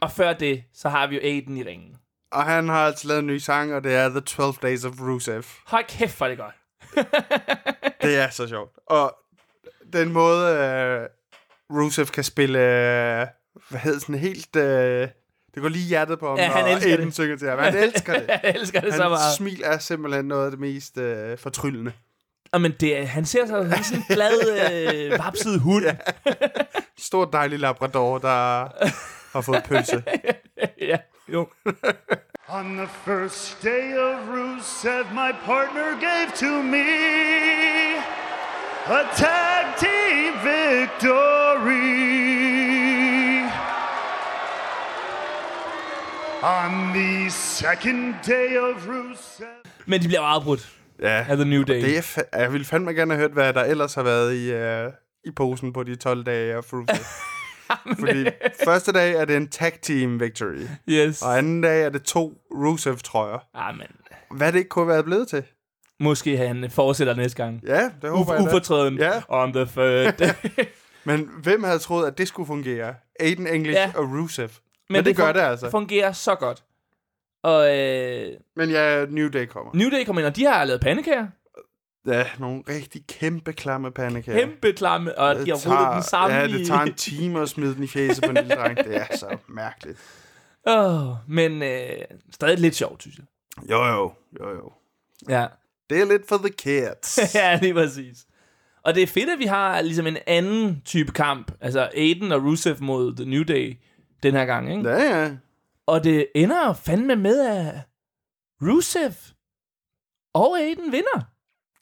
[SPEAKER 3] Og før det, så har vi jo Aiden i ringen.
[SPEAKER 4] Og han har altså lavet en ny sang, og det er The 12 Days of Rusev.
[SPEAKER 3] Hold kæft, hvor er det godt.
[SPEAKER 4] Det er så sjovt. Og den måde, øh, Rusev kan spille... Øh, hvad hedder sådan helt... Øh, det går lige i hjertet på ham,
[SPEAKER 3] Ja, han
[SPEAKER 4] når
[SPEAKER 3] elsker
[SPEAKER 4] Aiden
[SPEAKER 3] det.
[SPEAKER 4] synger til ham. Han elsker det.
[SPEAKER 3] Jeg elsker det så
[SPEAKER 4] Hans
[SPEAKER 3] meget.
[SPEAKER 4] smil er simpelthen noget af det mest øh, fortryllende.
[SPEAKER 3] Og men det, er- han ser sig han er sådan en glad, øh, vapset hund. Ja.
[SPEAKER 4] Stor dejlig labrador, der har fået pølse.
[SPEAKER 3] ja. Jo.
[SPEAKER 1] On the first day of Rusev, my partner gave to me a tag team victory. On the second day of Rusev.
[SPEAKER 3] Men de bliver afbrudt
[SPEAKER 4] Ja,
[SPEAKER 3] af The New Day.
[SPEAKER 4] det er fa- jeg ville fandme gerne have hørt, hvad der ellers har været i, øh, i posen på de 12 dage af Fruity. Fordi første dag er det en tag team victory,
[SPEAKER 3] Yes.
[SPEAKER 4] og anden dag er det to Rusev-trøjer.
[SPEAKER 3] Ah, men.
[SPEAKER 4] Hvad det ikke kunne have været blevet til.
[SPEAKER 3] Måske han fortsætter næste gang.
[SPEAKER 4] Ja, det håber
[SPEAKER 3] Uf-
[SPEAKER 4] jeg da.
[SPEAKER 3] ufortrøden.
[SPEAKER 4] Ja.
[SPEAKER 3] On the third day.
[SPEAKER 4] Men hvem havde troet, at det skulle fungere? Aiden English
[SPEAKER 3] Ja.
[SPEAKER 4] ja. og Rusev. Men, Men det, det gør
[SPEAKER 3] fun-
[SPEAKER 4] det altså.
[SPEAKER 3] fungerer så godt. Og øh,
[SPEAKER 4] Men ja, New Day kommer.
[SPEAKER 3] New Day kommer ind, og de har lavet pandekager.
[SPEAKER 4] Ja, nogle rigtig kæmpe klamme pandekager.
[SPEAKER 3] Kæmpe klamme, og de har rullet den sammen
[SPEAKER 4] ja, det
[SPEAKER 3] i-
[SPEAKER 4] tager en time at smide den i fjeset på en lille dreng. Det er så mærkeligt.
[SPEAKER 3] Åh, men øh, stadig lidt sjovt, synes jeg.
[SPEAKER 4] Jo, jo, jo, jo.
[SPEAKER 3] Ja.
[SPEAKER 4] Det er lidt for the kids.
[SPEAKER 3] ja, lige præcis. Og det er fedt, at vi har ligesom en anden type kamp. Altså Aiden og Rusev mod The New Day den her gang, ikke?
[SPEAKER 4] ja, ja.
[SPEAKER 3] Og det ender fandme med, at Rusev og Aiden vinder.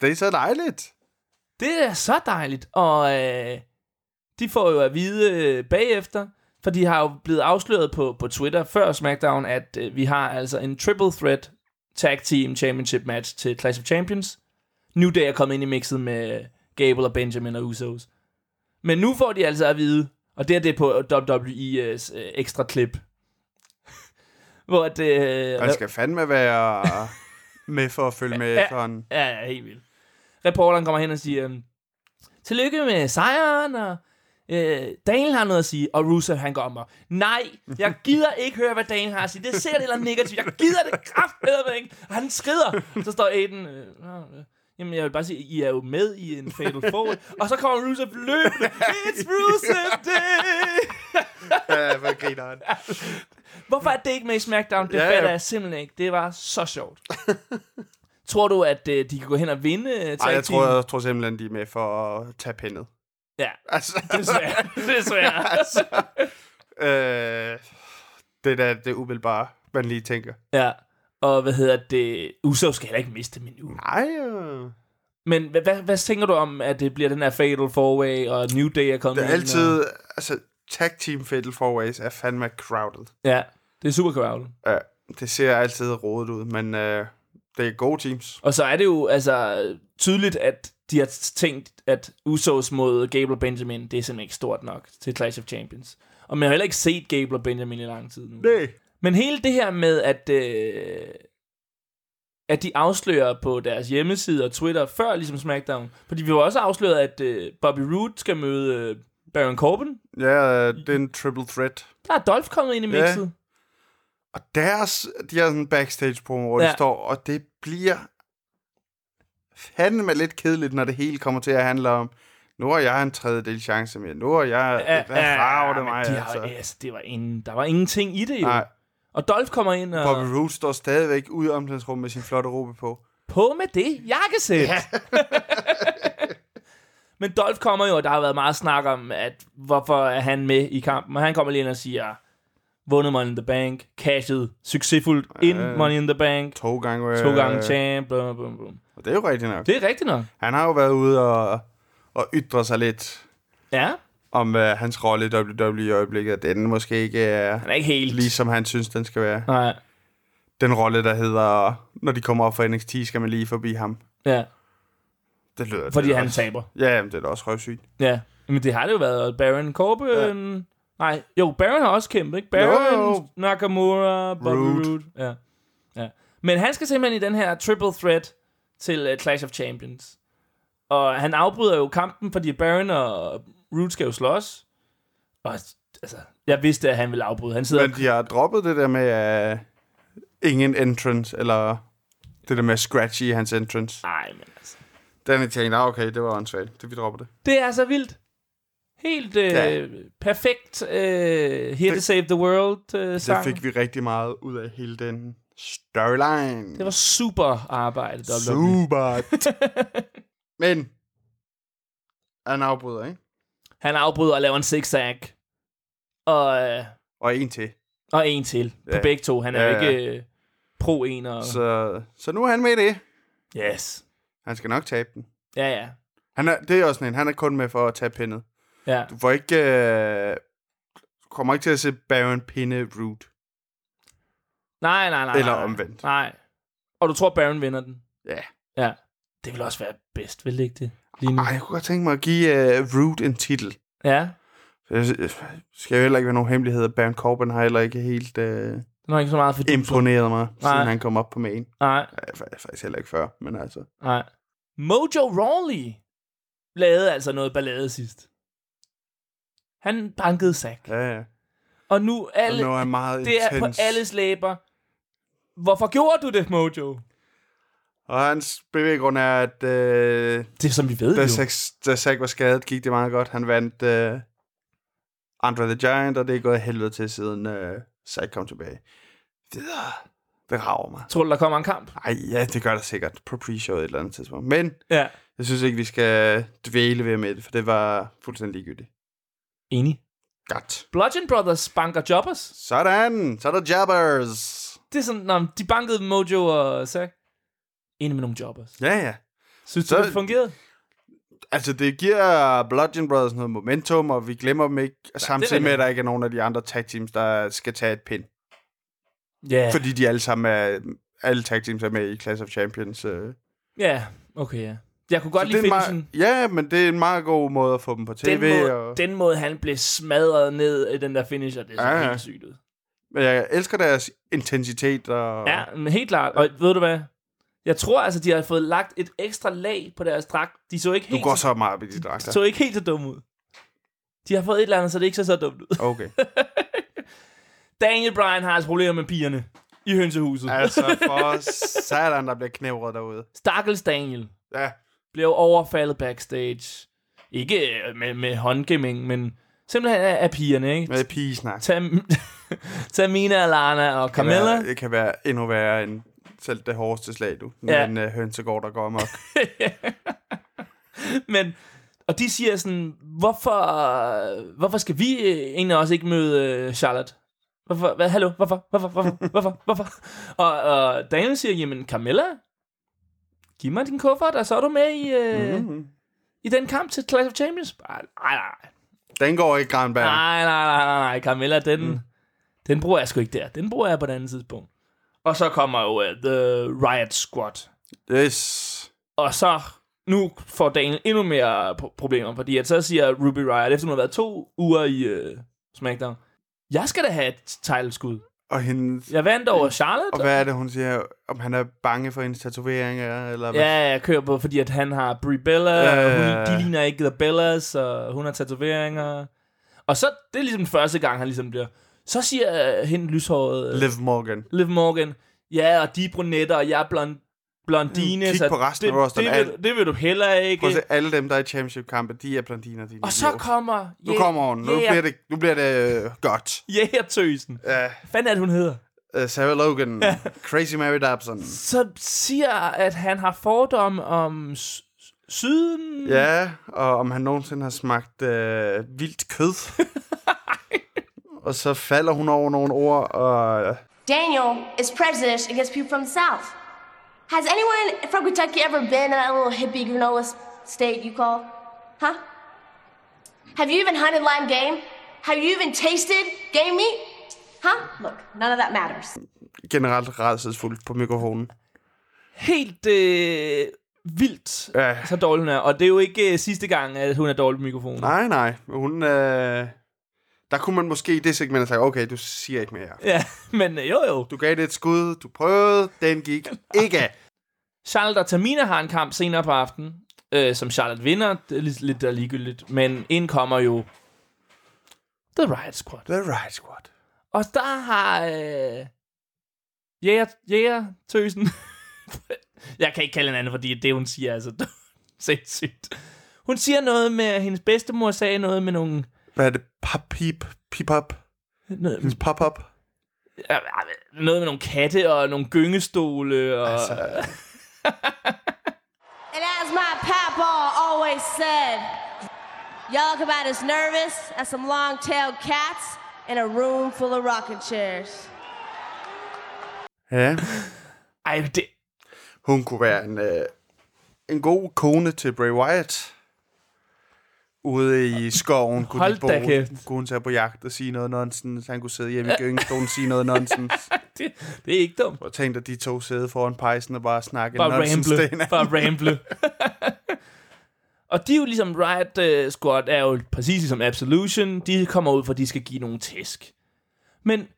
[SPEAKER 4] Det er så dejligt.
[SPEAKER 3] Det er så dejligt, og øh, de får jo at vide øh, bagefter, for de har jo blevet afsløret på, på Twitter før SmackDown, at øh, vi har altså en triple threat tag team championship match til Clash of Champions. New Day er kommet ind i mixet med Gable og Benjamin og Usos. Men nu får de altså at vide, og det er det på WWE's øh, ekstra klip, hvor det... Øh,
[SPEAKER 4] Man skal fandme være med for at følge med efterhånden.
[SPEAKER 3] Ja, ja, helt vildt. Reporteren kommer hen og siger, øhm, tillykke med sejren, og øh, Daniel har noget at sige, og Rusev han går om og, nej, jeg gider ikke høre, hvad Daniel har at sige, det ser det eller negativt, jeg gider det kraftedeme ikke, og han skrider, og så står Aiden, øh, "Nå, øh, Jamen, jeg vil bare sige, I er jo med i en Fatal Four. og så kommer Rusev løbende. It's Rusev Day!
[SPEAKER 4] Ja, hvor griner han.
[SPEAKER 3] Hvorfor er det ikke med i SmackDown? Det
[SPEAKER 4] Ja, ja.
[SPEAKER 3] fatter jeg simpelthen ikke. Det var så sjovt. Tror du, at øh, de kan gå hen og vinde? Øh,
[SPEAKER 4] Ej, jeg
[SPEAKER 3] tag-team?
[SPEAKER 4] tror, jeg tror simpelthen, de er med for at tage pindet.
[SPEAKER 3] Ja,
[SPEAKER 4] Altså,
[SPEAKER 3] desværre. desværre. altså.
[SPEAKER 4] øh, det er da det umiddelbare, man lige tænker.
[SPEAKER 3] Ja, og hvad hedder det? Usos skal heller ikke miste min uge.
[SPEAKER 4] Nej, øh.
[SPEAKER 3] Men hvad, hvad, hvad tænker du om, at det bliver den her Fatal 4-Way, og New Day er kommet
[SPEAKER 4] det er
[SPEAKER 3] ind, Og...
[SPEAKER 4] altid... Altså, tag team Fatal 4-Ways er fandme crowded.
[SPEAKER 3] Ja, det er super crowded.
[SPEAKER 4] Ja, det ser altid rodet ud, men øh, det er gode teams.
[SPEAKER 3] Og så er det jo altså tydeligt, at de har tænkt, at Usos mod Gable og Benjamin, det er simpelthen ikke stort nok til Clash of Champions. Og man har heller ikke set Gable og Benjamin i lang tid nu.
[SPEAKER 4] Nej.
[SPEAKER 3] Men hele det her med, at, øh, at de afslører på deres hjemmeside og Twitter før ligesom SmackDown, fordi vi har jo også afsløret, at øh, Bobby Roode skal møde øh, Baron Corbin.
[SPEAKER 4] Ja, øh, det er en triple threat.
[SPEAKER 3] Der er Dolph kommet ind i
[SPEAKER 4] Ja.
[SPEAKER 3] mixet.
[SPEAKER 4] Og deres, de har sådan en backstage promo, hvor ja.
[SPEAKER 3] Ja.
[SPEAKER 4] de står, og det bliver fandme lidt kedeligt, når det hele kommer til at handle om, nu har jeg en tredjedel chance mere, nu har jeg, ja, hvad farver det
[SPEAKER 3] men
[SPEAKER 4] mig,
[SPEAKER 3] de har,
[SPEAKER 4] altså.
[SPEAKER 3] altså. altså det var ingen, der var ingenting i det jo.
[SPEAKER 4] Nej,
[SPEAKER 3] Og Dolph kommer ind og
[SPEAKER 4] Bobby Roode står stadigvæk ude i omklædningsrummet med sin flotte robe på.
[SPEAKER 3] på med det jakkesæt. Ja. Men Dolph kommer jo, og der har været meget snak om, at hvorfor er han med i kampen. Og han kommer lige ind og siger, vundet Money in the Bank, cashet succesfuldt ind Money in the Bank, to,
[SPEAKER 4] To gange. øh,
[SPEAKER 3] to gange champ, blum, blum, blum.
[SPEAKER 4] Og det er jo rigtigt nok.
[SPEAKER 3] Det er rigtigt nok.
[SPEAKER 4] Han har jo været ude og, og ytre sig lidt
[SPEAKER 3] Ja,
[SPEAKER 4] om uh, hans rolle i WWE i øjeblikket, at den måske ikke er
[SPEAKER 3] han er ikke helt...
[SPEAKER 4] lige som han synes, den skal være.
[SPEAKER 3] Nej,
[SPEAKER 4] Den rolle, der hedder, når de kommer op fra NXT, skal man lige forbi ham.
[SPEAKER 3] ja,
[SPEAKER 4] Det lyder
[SPEAKER 3] fordi
[SPEAKER 4] det
[SPEAKER 3] han
[SPEAKER 4] også.
[SPEAKER 3] taber.
[SPEAKER 4] Ja, jamen, det er da også røvsygt.
[SPEAKER 3] Ja, men det har det jo været. og Baron Corbin... Ja. Nej, jo, Baron har også kæmpet, ikke? Baron,
[SPEAKER 4] Jo, jo.
[SPEAKER 3] Nakamura, Bobby Roode.
[SPEAKER 4] Roode.
[SPEAKER 3] Ja. ja. Men han skal simpelthen i den her triple threat til uh, Clash of Champions. Og han afbryder jo kampen, fordi Baron og Roode skal jo slås. Og altså, jeg vidste, at han ville afbryde. Han sidder...
[SPEAKER 4] Men de har droppet det der med uh, ingen entrance, eller det der med scratchy i hans entrance.
[SPEAKER 3] Nej, men altså...
[SPEAKER 4] Den er tænkt, ah, okay, det var åndssvagt. Det vi dropper det.
[SPEAKER 3] Det er så vildt. Helt øh,
[SPEAKER 4] Ja.
[SPEAKER 3] perfekt øh, Here to
[SPEAKER 4] Det-
[SPEAKER 3] Save the World øh,
[SPEAKER 4] Det
[SPEAKER 3] sang.
[SPEAKER 4] fik vi rigtig meget ud af hele den storyline.
[SPEAKER 3] Det var super arbejde, E. WWE.
[SPEAKER 4] Super. Men han afbryder, ikke?
[SPEAKER 3] Han afbryder og laver en zigzag. Og, øh,
[SPEAKER 4] Og en til.
[SPEAKER 3] og en til. På
[SPEAKER 4] Ja.
[SPEAKER 3] begge to. Han er jo
[SPEAKER 4] Ja, ja.
[SPEAKER 3] ikke øh, pro en og... Så.
[SPEAKER 4] Så, så nu er han med i det.
[SPEAKER 3] Yes.
[SPEAKER 4] Han skal nok tabe den.
[SPEAKER 3] Ja, ja.
[SPEAKER 4] Han er, det er også sådan en, han er kun med for at tage pindet.
[SPEAKER 3] Ja,
[SPEAKER 4] Du får ikke... Øh, du kommer ikke til at se Baron pinde Root.
[SPEAKER 3] nej, nej, nej.
[SPEAKER 4] Eller
[SPEAKER 3] nej.
[SPEAKER 4] omvendt.
[SPEAKER 3] Nej. Og du tror, Baron vinder den?
[SPEAKER 4] Ja.
[SPEAKER 3] Ja. Det vil også være bedst, vil det ikke det? Lige nu.
[SPEAKER 4] Ej, jeg kunne godt tænke mig at give øh, Root en titel.
[SPEAKER 3] Ja.
[SPEAKER 4] Det øh, skal jo heller ikke være nogen hemmelighed, at Baron Corbin har heller ikke helt øh,
[SPEAKER 3] Den har ikke så meget for
[SPEAKER 4] imponeret mig, siden
[SPEAKER 3] Nej.
[SPEAKER 4] han kom op på main.
[SPEAKER 3] Nej,
[SPEAKER 4] Ja, fa- faktisk heller ikke før, men altså...
[SPEAKER 3] nej. Mojo Rawley lavede altså noget ballade sidst. Han bankede Zack.
[SPEAKER 4] Ja, ja.
[SPEAKER 3] Og nu alle...
[SPEAKER 4] Og nu er han meget
[SPEAKER 3] det er på
[SPEAKER 4] intens.
[SPEAKER 3] alles læber. Hvorfor gjorde du det, Mojo?
[SPEAKER 4] Og hans bevæggrund er, at øh,
[SPEAKER 3] Det er som vi ved
[SPEAKER 4] da,
[SPEAKER 3] jo.
[SPEAKER 4] Zack, da Zack var skadet, gik det meget godt. Han vandt øh, Andre the Giant, og det er gået af helvede til, siden øh, Zack kom tilbage. Videre. Det rager mig.
[SPEAKER 3] Tror du, der kommer en kamp?
[SPEAKER 4] Ej, ja, det gør der sikkert på pre-showet et eller andet tidspunkt. Men
[SPEAKER 3] Ja.
[SPEAKER 4] jeg synes ikke, vi skal dvæle ved med det, for det var fuldstændig ligegyldigt.
[SPEAKER 3] Enig.
[SPEAKER 4] Godt.
[SPEAKER 3] Bludgeon Brothers banker jobbers.
[SPEAKER 4] Sådan, så er der jabbers.
[SPEAKER 3] Det er sådan, når de bankede Mojo og Zack. Ind med nogle jobbers.
[SPEAKER 4] Ja, ja.
[SPEAKER 3] Synes du,
[SPEAKER 4] Så-
[SPEAKER 3] det fungerede?
[SPEAKER 4] Altså, det giver Bludgeon Brothers noget momentum, og vi glemmer dem ikke, Nej, samtidig
[SPEAKER 3] rigtigt.
[SPEAKER 4] med, at der ikke er nogen af de andre tag teams, der skal tage et pin.
[SPEAKER 3] Ja.
[SPEAKER 4] Fordi de alle sammen er, alle tag teams er med i Class of Champions. Øh.
[SPEAKER 3] Ja, okay, ja. Jeg kunne godt
[SPEAKER 4] det er
[SPEAKER 3] lide
[SPEAKER 4] en
[SPEAKER 3] finishen.
[SPEAKER 4] meget, ja, men det er en meget god måde at få dem på tv.
[SPEAKER 3] Den måde,
[SPEAKER 4] og,
[SPEAKER 3] den måde, han blev smadret ned i den der finisher, det er sådan
[SPEAKER 4] Ja, ja.
[SPEAKER 3] helt sygt ud.
[SPEAKER 4] Men jeg elsker deres intensitet. Og,
[SPEAKER 3] Ja, men helt klart. Og ved du hvad? Jeg tror altså, de har fået lagt et ekstra lag på deres dragt. De så ikke
[SPEAKER 4] Du
[SPEAKER 3] helt,
[SPEAKER 4] går
[SPEAKER 3] så,
[SPEAKER 4] så meget op i de
[SPEAKER 3] de
[SPEAKER 4] dragter.
[SPEAKER 3] så ikke helt så dumme ud. De har fået et eller andet, så det ikke ser så dumt ud.
[SPEAKER 4] Okay.
[SPEAKER 3] Daniel Bryan har altså problemer med pigerne i hønsehuset. Ja.
[SPEAKER 4] Altså, for satan, der bliver knævret derude.
[SPEAKER 3] Stakkels Daniel
[SPEAKER 4] Ja.
[SPEAKER 3] blev overfaldet backstage. Ikke øh, med, med håndgivning, men simpelthen af, af pigerne, ikke?
[SPEAKER 4] Med pigesnak.
[SPEAKER 3] Tam, Tamina, Alana og
[SPEAKER 4] Det kan være-
[SPEAKER 3] Carmella.
[SPEAKER 4] Det kan være endnu værre end selv det hårdeste slag, du.
[SPEAKER 3] Ja.
[SPEAKER 4] Ja. Men uh, hønsegård, der går amok.
[SPEAKER 3] Men, og de siger sådan, hvorfor, hvorfor skal vi øh, egentlig også ikke møde øh, Charlotte? Hvorfor? Hvad? Hallo? Hvorfor? Hvorfor? Hvorfor? Hvorfor? Hvorfor? Og, og Daniel siger, jamen Carmella, giv mig din kuffert, og så er du med i, øh, mm-hmm. i den kamp til Clash of Champions. Ej, nej, nej.
[SPEAKER 4] Den går ikke, Granberg.
[SPEAKER 3] Nej, nej, nej, nej, nej. Carmella, den, mm. den bruger jeg sgu ikke der. Den bruger jeg på et andet tidspunkt. Og så kommer jo uh, The Riot Squad.
[SPEAKER 4] Yes.
[SPEAKER 3] Og så, nu får Daniel endnu mere pro- problemer, fordi at så siger Ruby Riot, efter hun har været to uger i øh, SmackDown, jeg skal da have et titleskud.
[SPEAKER 4] Og, hendes,
[SPEAKER 3] Jeg vandt over Charlotte,
[SPEAKER 4] Mm. og hvad er det, hun siger? Om han er bange for hendes tatoveringer? Eller hvad?
[SPEAKER 3] Ja, jeg kører på, fordi at han har Brie Bella,
[SPEAKER 4] Ja,
[SPEAKER 3] ja,
[SPEAKER 4] ja,
[SPEAKER 3] ja,
[SPEAKER 4] ja.
[SPEAKER 3] de ligner ikke The Bellas, og hun har tatoveringer. Og så, det er ligesom den første gang, han ligesom bliver... Så siger øh, hende lyshåret, øh, Liv.
[SPEAKER 4] Liv Morgan.
[SPEAKER 3] Morgan, ja, og de er brunetter, og jeg er blond, blondine.
[SPEAKER 4] Mm, kig
[SPEAKER 3] så
[SPEAKER 4] på resten af
[SPEAKER 3] det,
[SPEAKER 4] rosteren.
[SPEAKER 3] det, vil, det vil du heller ikke.
[SPEAKER 4] Prøv at se, alle dem, der er i championship-kampe, de er blandt dine og dine.
[SPEAKER 3] Og så kommer...
[SPEAKER 4] Nu kommer hun. Nu
[SPEAKER 3] yeah,
[SPEAKER 4] bliver det, nu bliver det øh, godt.
[SPEAKER 3] jægertøsen. Ja.
[SPEAKER 4] Uh,
[SPEAKER 3] Hvad fanden er det, hun hedder?
[SPEAKER 4] uh, Sarah Logan. Crazy Mary Dobson.
[SPEAKER 3] Så siger, at han har fordomme om s- s- syden.
[SPEAKER 4] Ja, og om han nogensinde har smagt øh, vildt kød. og så falder hun over nogle ord, og
[SPEAKER 9] Daniel is prejudiced against people from the South. Has anyone from Kentucky ever been in that little hippie granola s- state you call? Huh? Have you even hunted live game? Have you even tasted game meat? Huh? Look, none of that matters.
[SPEAKER 4] generelt rædselsfuldt på mikrofonen.
[SPEAKER 3] Helt øh, vildt,
[SPEAKER 4] Ja.
[SPEAKER 3] så dårlig hun er. Og det er jo ikke øh, sidste gang, at hun er dårlig på mikrofonen.
[SPEAKER 4] Nej, nej. Hun, øh, der kunne man måske i det segment sige, okay, du siger ikke mere.
[SPEAKER 3] Ja, men øh, jo jo.
[SPEAKER 4] Du gav det et skud, du prøvede, den gik ikke.
[SPEAKER 3] Charlotte og Tamina har en kamp senere på aftenen, øh, som Charlotte vinder. Det er lidt, lidt der er ligegyldigt. Men ind kommer jo The Riot Squad.
[SPEAKER 4] The Right Squad.
[SPEAKER 3] Og der har... Øh, jæger, jæger tøsen. jeg kan ikke kalde hende andet, fordi det, hun siger, er så sindssygt. Hun siger noget med, at hendes bedstemor sagde noget med nogle...
[SPEAKER 4] Hvad er det? Pop, pip, pip up.
[SPEAKER 3] Noget,
[SPEAKER 4] Hendes pop up.
[SPEAKER 3] øh, noget med nogle katte og nogle gyngestole. Og, altså.
[SPEAKER 9] And as my papa always said, y'all come out as nervous as some long-tailed cats in a room full of rocking chairs.
[SPEAKER 4] Ja.
[SPEAKER 3] Ej, det,
[SPEAKER 4] Hun kunne være en, øh, en god kone til Bray Wyatt. Ude i skoven kunne,
[SPEAKER 3] Hold
[SPEAKER 4] de
[SPEAKER 3] da kæft.
[SPEAKER 4] kunne hun tage på jagt og sige noget nonsens. Han kunne sidde hjemme i gyngestolen og sige noget nonsens.
[SPEAKER 3] det, det er ikke dumt.
[SPEAKER 4] Og tænkte, at de to sidde foran pejsen og bare snakke
[SPEAKER 3] Bare
[SPEAKER 4] nonsens til
[SPEAKER 3] ramble.
[SPEAKER 4] hinanden.
[SPEAKER 3] Bare ramble. Og de er jo ligesom Riot øh, Squad, er jo præcis ligesom Absolution. De kommer ud, for de skal give nogle tæsk. Men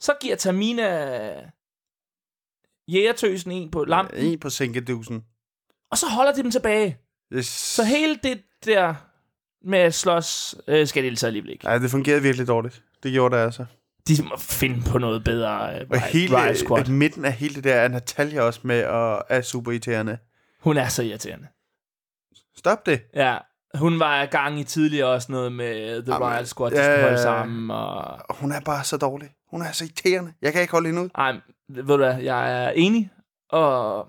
[SPEAKER 3] så giver Tamina jægertøsen en på lampen,
[SPEAKER 4] En på sænkedusen.
[SPEAKER 3] og så holder de dem tilbage.
[SPEAKER 4] Yes.
[SPEAKER 3] Så hele det der med at slås, øh, skal det altså alligevel ikke.
[SPEAKER 4] Ej, det fungerede virkelig dårligt. Det gjorde det altså.
[SPEAKER 3] De må finde på noget bedre. Uh,
[SPEAKER 4] Og hele,
[SPEAKER 3] Riot Squad.
[SPEAKER 4] at midten af hele det der er Natalia også med og er super irriterende.
[SPEAKER 3] Hun er så irriterende.
[SPEAKER 4] Stop det.
[SPEAKER 3] Ja, hun var gang i tidligere også noget med The Riot Squad, de
[SPEAKER 4] ja,
[SPEAKER 3] skulle holde
[SPEAKER 4] ja, ja.
[SPEAKER 3] sammen. Og...
[SPEAKER 4] Og hun er bare så dårlig. Hun er så irriterende. Jeg kan ikke holde hende ud.
[SPEAKER 3] Ej, ved du hvad, jeg er enig, og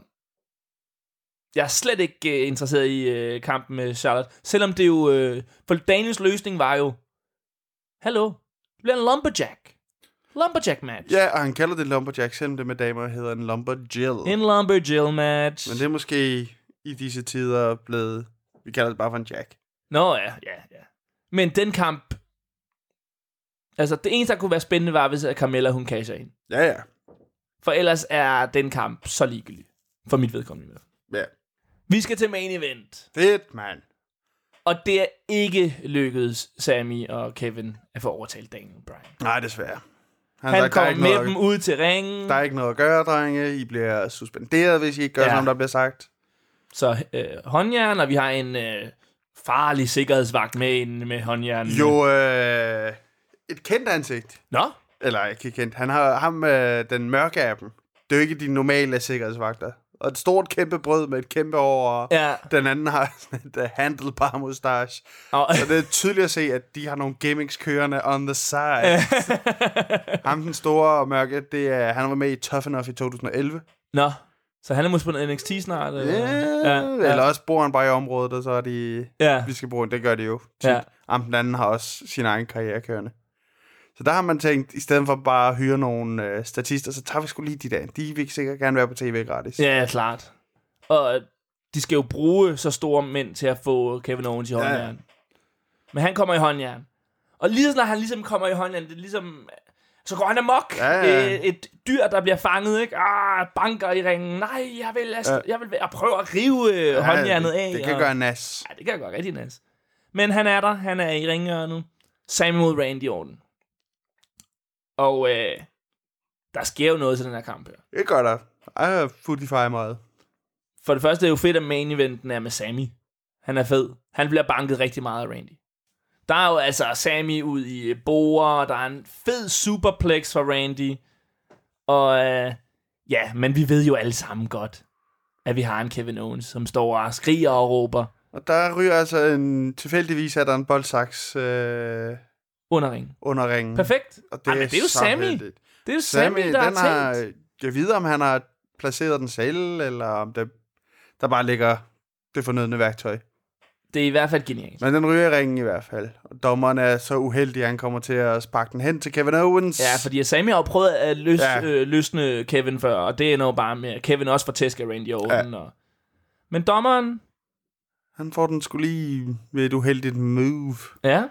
[SPEAKER 3] jeg er slet ikke øh, interesseret i øh, kampen med Charlotte. Selvom det jo... Øh, for Daniels løsning var jo... Hallo, det bliver en lumberjack. Lumberjack-match.
[SPEAKER 4] Ja, og han kalder det lumberjack, selvom det med damer hedder en lumberjill.
[SPEAKER 3] En lumberjill-match.
[SPEAKER 4] Men det er måske i disse tider blevet... Vi kalder det bare for en jack.
[SPEAKER 3] Nå ja, ja, ja. Men den kamp... Altså, det eneste, der kunne være spændende, var, hvis at Carmella, hun casher ind.
[SPEAKER 4] Ja, ja.
[SPEAKER 3] For ellers er den kamp så ligegyldig. For mit vedkommende. i hvert fald.
[SPEAKER 4] ja.
[SPEAKER 3] Vi skal til main event.
[SPEAKER 4] Fedt, mand.
[SPEAKER 3] Og det er ikke lykkedes Sammy og Kevin at få overtalt Daniel Bryan.
[SPEAKER 4] Nej, desværre.
[SPEAKER 3] Han
[SPEAKER 4] sagde,
[SPEAKER 3] kom
[SPEAKER 4] noget
[SPEAKER 3] med dem
[SPEAKER 4] at,
[SPEAKER 3] ud til ringen,
[SPEAKER 4] Der er ikke noget at gøre, drenge. I bliver suspenderet, hvis I ikke gør,
[SPEAKER 3] Ja.
[SPEAKER 4] ja. som der bliver sagt.
[SPEAKER 3] så øh, håndjern, og vi har en øh, farlig sikkerhedsvagt med en med håndjern.
[SPEAKER 4] Jo, øh, et kendt ansigt.
[SPEAKER 3] Nå,
[SPEAKER 4] Eller ikke kendt. Han har ham, øh, den mørke af dem. Det er jo ikke de normale sikkerhedsvagter. Og et stort kæmpe brød med et kæmpe over. og
[SPEAKER 3] Ja.
[SPEAKER 4] Den anden har sådan et uh, handlebar mustache.
[SPEAKER 3] Og-
[SPEAKER 4] Så det er tydeligt at se, at de har nogle gimmicks kørende on the side. ham den store og mørke, det er, han var med i Tough Enough i 2011.
[SPEAKER 3] nå. Så han er måske på noget NXT snart? Eller?
[SPEAKER 4] Ja,
[SPEAKER 3] ja.
[SPEAKER 4] Eller også bor han bare i området, og så er de...
[SPEAKER 3] Ja.
[SPEAKER 4] Vi skal bruge Det gør de jo. Tit.
[SPEAKER 3] Ja.
[SPEAKER 4] Ja. Jamen, den anden har også sin egen karriere kørende. Så der har man tænkt, i stedet for bare at hyre nogle øh, statister, så tager vi sgu lige de der. De vil sikkert gerne være på tv gratis.
[SPEAKER 3] Ja, klart. Og de skal jo bruge så store mænd til at få Kevin Owens i håndjern. Men han kommer i håndjern. Og lige så snart han ligesom kommer i håndjern, det er ligesom... Så går han amok.
[SPEAKER 4] Ja, ja.
[SPEAKER 3] Øh, Et dyr, der bliver fanget, ikke? Ah, banker i ringen. Nej, jeg vil, jeg, jeg vil jeg prøver at rive ja,
[SPEAKER 4] Ja,
[SPEAKER 3] håndjernet
[SPEAKER 4] det,
[SPEAKER 3] af.
[SPEAKER 4] Det kan
[SPEAKER 3] og-
[SPEAKER 4] gøre nas.
[SPEAKER 3] Ja, det kan jeg godt rigtig nas. Men han er der. Han er i ringhjørnet. Samuel Randy Orton. Og øh, der sker jo noget til den her kamp her.
[SPEAKER 4] Det gør der. Ej, Footify meget.
[SPEAKER 3] For det første er det jo fedt, at main eventen er med Sammy. Han er fed. Han bliver banket rigtig meget af Randy. Der er jo altså Sammy ud i boer, der er en fed superplex for Randy. Og øh, ja, men vi ved jo alle sammen godt, at vi har en Kevin Owens, som står og skriger og råber
[SPEAKER 4] Og der ryger altså en... Tilfældigvis er der en boldsaks øh,
[SPEAKER 3] under ringen.
[SPEAKER 4] under ringen.
[SPEAKER 3] Perfekt.
[SPEAKER 4] Og det,
[SPEAKER 3] Ej, men det er jo
[SPEAKER 4] så
[SPEAKER 3] Sammy.
[SPEAKER 4] heldigt.
[SPEAKER 3] Det er jo Sammy,
[SPEAKER 4] Sammy,
[SPEAKER 3] Sammy der
[SPEAKER 4] den
[SPEAKER 3] har tænkt.
[SPEAKER 4] Jeg ved, om han har placeret den selv, eller om det, der bare ligger det fornødne værktøj.
[SPEAKER 3] Det er i hvert fald genialt.
[SPEAKER 4] Men den ryger i ringen i hvert fald. Og dommeren er så uheldig, at han kommer til at sparke den hen til Kevin Owens.
[SPEAKER 3] Ja, fordi Sammy har jo prøvet at løs, ja.
[SPEAKER 4] Ja.
[SPEAKER 3] øh, løsne Kevin før, og det ender jo bare med, at Kevin også får tæsk af Randy Orton. Ja. Og... Men dommeren,
[SPEAKER 4] Han får den skulle lige ved et uheldigt move.
[SPEAKER 3] ja,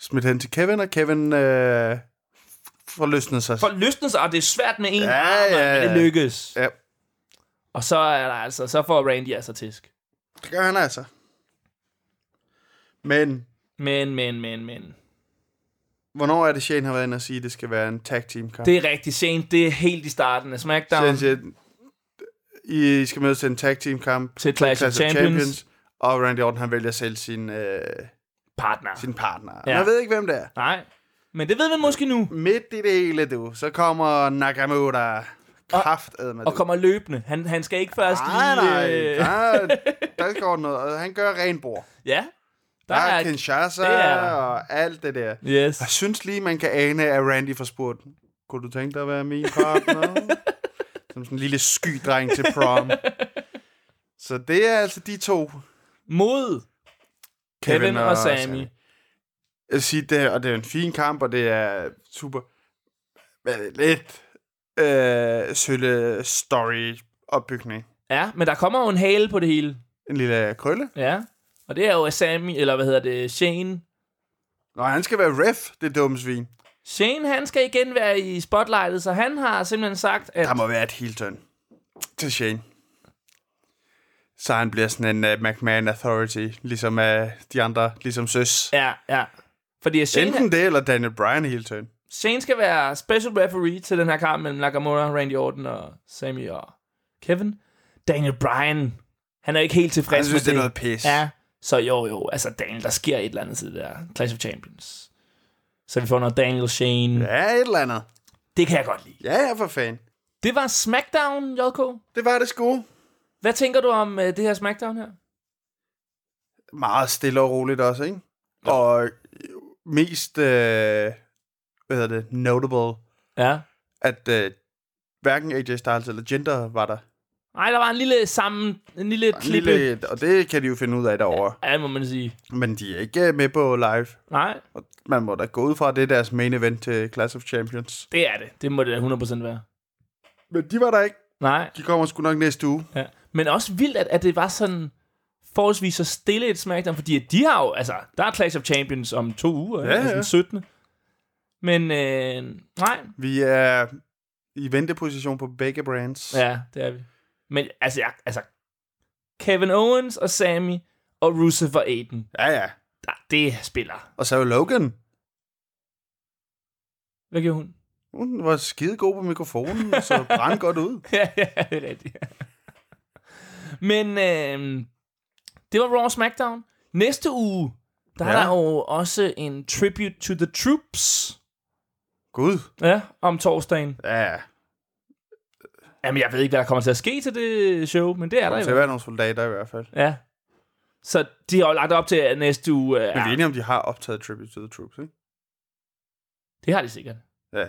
[SPEAKER 4] Smidt hen til Kevin, og Kevin øh, får løsnet sig.
[SPEAKER 3] folk løsner sig, og det er svært med en ja,
[SPEAKER 4] Ja,
[SPEAKER 3] arm, ja,
[SPEAKER 4] ja,
[SPEAKER 3] men det
[SPEAKER 4] ja.
[SPEAKER 3] lykkes. Ja.
[SPEAKER 4] Ja,
[SPEAKER 3] Og så er der altså, så får Randy altså tisk.
[SPEAKER 4] det gør han altså. Men,
[SPEAKER 3] Men, men, men, men.
[SPEAKER 4] hvornår er det, Shane har været inde og sige, at det skal være en tag team kamp?
[SPEAKER 3] Det er rigtig sent, det er helt i starten af SmackDown.
[SPEAKER 4] Since it, I skal mødes til en tag team kamp
[SPEAKER 3] Til Clash of Champions.
[SPEAKER 4] og Randy Orton han vælger selv sin, øh,
[SPEAKER 3] Partner.
[SPEAKER 4] sin partner.
[SPEAKER 3] Ja.
[SPEAKER 4] Ja. Jeg ved ikke, hvem det er.
[SPEAKER 3] Nej, men det ved vi måske nu.
[SPEAKER 4] Midt i det hele, du, så kommer Nakamura kraftet med
[SPEAKER 3] Og kommer løbende. Han, han skal ikke først
[SPEAKER 4] Nej,
[SPEAKER 3] lige...
[SPEAKER 4] nej,
[SPEAKER 3] øh,
[SPEAKER 4] der, der går noget. og Han gør renbord.
[SPEAKER 3] Ja, der
[SPEAKER 4] Der er
[SPEAKER 3] er...
[SPEAKER 4] Kinshasa
[SPEAKER 3] det er der.
[SPEAKER 4] og alt det der.
[SPEAKER 3] Yes.
[SPEAKER 4] Jeg synes lige, man kan ane, at Randy får spurgt, kunne du tænke dig at være min partner? Som sådan en lille skydreng til prom. Så det er altså de to.
[SPEAKER 3] Mod Kevin, Kevin og, og Sammy. Sammy.
[SPEAKER 4] Jeg vil sige, det, er- og det er en fin kamp, og det er super. Men det er lidt øh, sølle story opbygning.
[SPEAKER 3] Ja, men der kommer jo en hale på det hele.
[SPEAKER 4] En lille krølle.
[SPEAKER 3] Ja. Og det er jo Sammy, eller hvad hedder det, Shane.
[SPEAKER 4] Nå, han skal være ref, det dumme svin.
[SPEAKER 3] Shane, han skal igen være i spotlightet, så han har simpelthen sagt, at...
[SPEAKER 4] Der må være et heel turn til Shane. Så han bliver sådan en uh, McMahon Authority, ligesom uh, de andre, ligesom søs.
[SPEAKER 3] Ja, ja. Fordi at Shane,
[SPEAKER 4] Enten det, eller Daniel Bryan heel turn.
[SPEAKER 3] Shane skal være special referee til den her kamp mellem Nakamura, Randy Orton og Sammy og Kevin. Daniel Bryan, han er ikke helt tilfreds
[SPEAKER 4] Han synes, det
[SPEAKER 3] med
[SPEAKER 4] er noget pis.
[SPEAKER 3] Ja, så jo jo, altså Daniel, der sker et eller andet side der. Clash of Champions. Så vi får noget Daniel Shane. Ja.
[SPEAKER 4] Ja, et eller andet.
[SPEAKER 3] Det kan jeg godt lide.
[SPEAKER 4] Ja, ja, for fanden.
[SPEAKER 3] Det var SmackDown, JK.
[SPEAKER 4] Det var det sgu.
[SPEAKER 3] Hvad tænker du om øh, det her SmackDown her?
[SPEAKER 4] Meget stille og roligt også, ikke? Ja. Og øh, mest, øh, hvad hedder det, notable,
[SPEAKER 3] Ja.
[SPEAKER 4] at øh, hverken AJ Styles eller Jinder var der.
[SPEAKER 3] Nej, der var en lille sammen, en lille
[SPEAKER 4] En
[SPEAKER 3] klippe. Lille...
[SPEAKER 4] Lille, og det kan de jo finde ud af derovre.
[SPEAKER 3] Ja, må man sige.
[SPEAKER 4] Men de er ikke øh, med på live.
[SPEAKER 3] Nej,
[SPEAKER 4] Og man må da gå ud fra, at det er deres main event til Class of Champions.
[SPEAKER 3] det er det. Det må det da 100% være.
[SPEAKER 4] Men de var der ikke.
[SPEAKER 3] Nej.
[SPEAKER 4] De kommer sgu nok næste uge.
[SPEAKER 3] Ja. Men også vildt, at, at det var sådan forholdsvis så stille et SmackDown, fordi at de har jo, altså, der er Clash of Champions om to uger, ja, altså
[SPEAKER 4] ja.
[SPEAKER 3] den 17. Men, øh, nej,
[SPEAKER 4] Vi er i venteposition på begge brands.
[SPEAKER 3] ja, det er vi. Men, altså, jeg, altså, Kevin Owens og Sammy og Rusev og Aiden,
[SPEAKER 4] ja. ja.
[SPEAKER 3] der, det spiller.
[SPEAKER 4] Og så er jo Logan.
[SPEAKER 3] Hvad gjorde hun?
[SPEAKER 4] Hun var skide god på mikrofonen, og så brændte godt ud.
[SPEAKER 3] ja, ja, det er rigtigt. Men øh, det var Raw og SmackDown. Næste uge, der ja. er
[SPEAKER 4] Ja.
[SPEAKER 3] der jo også en tribute to the troops.
[SPEAKER 4] Gud.
[SPEAKER 3] Ja, om torsdagen.
[SPEAKER 4] Ja,
[SPEAKER 3] Jamen, jeg ved ikke, hvad der kommer til at ske til det show, men det er der
[SPEAKER 4] der
[SPEAKER 3] jo.
[SPEAKER 4] skal være nogle soldater i hvert fald.
[SPEAKER 3] Ja. Så de har jo lagt op til, at næste uge... Uh,
[SPEAKER 4] Men vi er
[SPEAKER 3] ja,
[SPEAKER 4] enige om, de har optaget Tribute to the Troops, ikke?
[SPEAKER 3] det har de sikkert.
[SPEAKER 4] Ja.
[SPEAKER 3] Det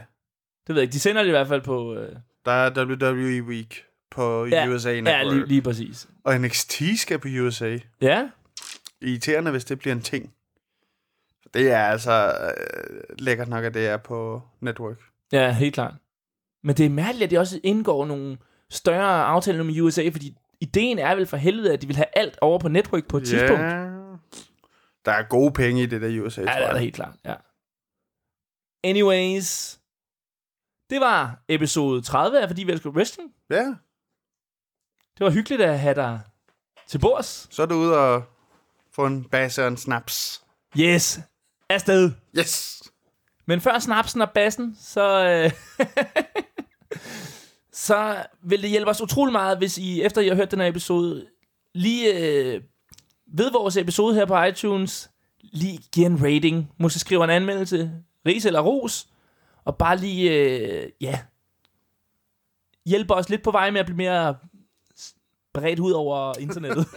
[SPEAKER 3] ved jeg ikke. De sender det i hvert fald på... Uh,
[SPEAKER 4] Der er WWE Week på
[SPEAKER 3] ja,
[SPEAKER 4] USA Network.
[SPEAKER 3] ja lige, lige præcis.
[SPEAKER 4] Og NXT skal på USA.
[SPEAKER 3] Ja,
[SPEAKER 4] Irriterende, hvis det bliver en ting. Det er altså øh, lækkert nok, at det er på network.
[SPEAKER 3] ja, helt klart. Men det er mærkeligt, at de også indgår nogle større aftaler med USA, fordi ideen er vel for helvede, at de vil have alt over på network på et tidspunkt. Ja,
[SPEAKER 4] Der er gode penge i det der USA,
[SPEAKER 3] det er
[SPEAKER 4] tror
[SPEAKER 3] da
[SPEAKER 4] jeg.
[SPEAKER 3] helt klart, ja. Anyways, det var episode 30 af Fordi vi elsker wrestling.
[SPEAKER 4] Ja,
[SPEAKER 3] Det var hyggeligt at have dig til bords.
[SPEAKER 4] så er du ude og få en basse og en snaps.
[SPEAKER 3] Yes, afsted.
[SPEAKER 4] Yes!
[SPEAKER 3] Men før snapsen og bassen, så, øh, så vil det hjælpe os utrolig meget, hvis I, efter I har hørt den her episode, lige øh, ved vores episode her på iTunes, lige giver en rating. Måske skriver en anmeldelse, ris eller ros, og bare lige, øh, ja, hjælper os lidt på vej med at blive mere bredt ud over internettet.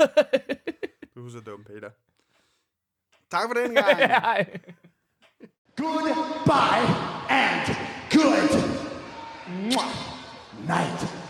[SPEAKER 4] Du er så dum, Peter. Tak for den gang!
[SPEAKER 3] Hej.
[SPEAKER 6] Goodbye and good mwah, night.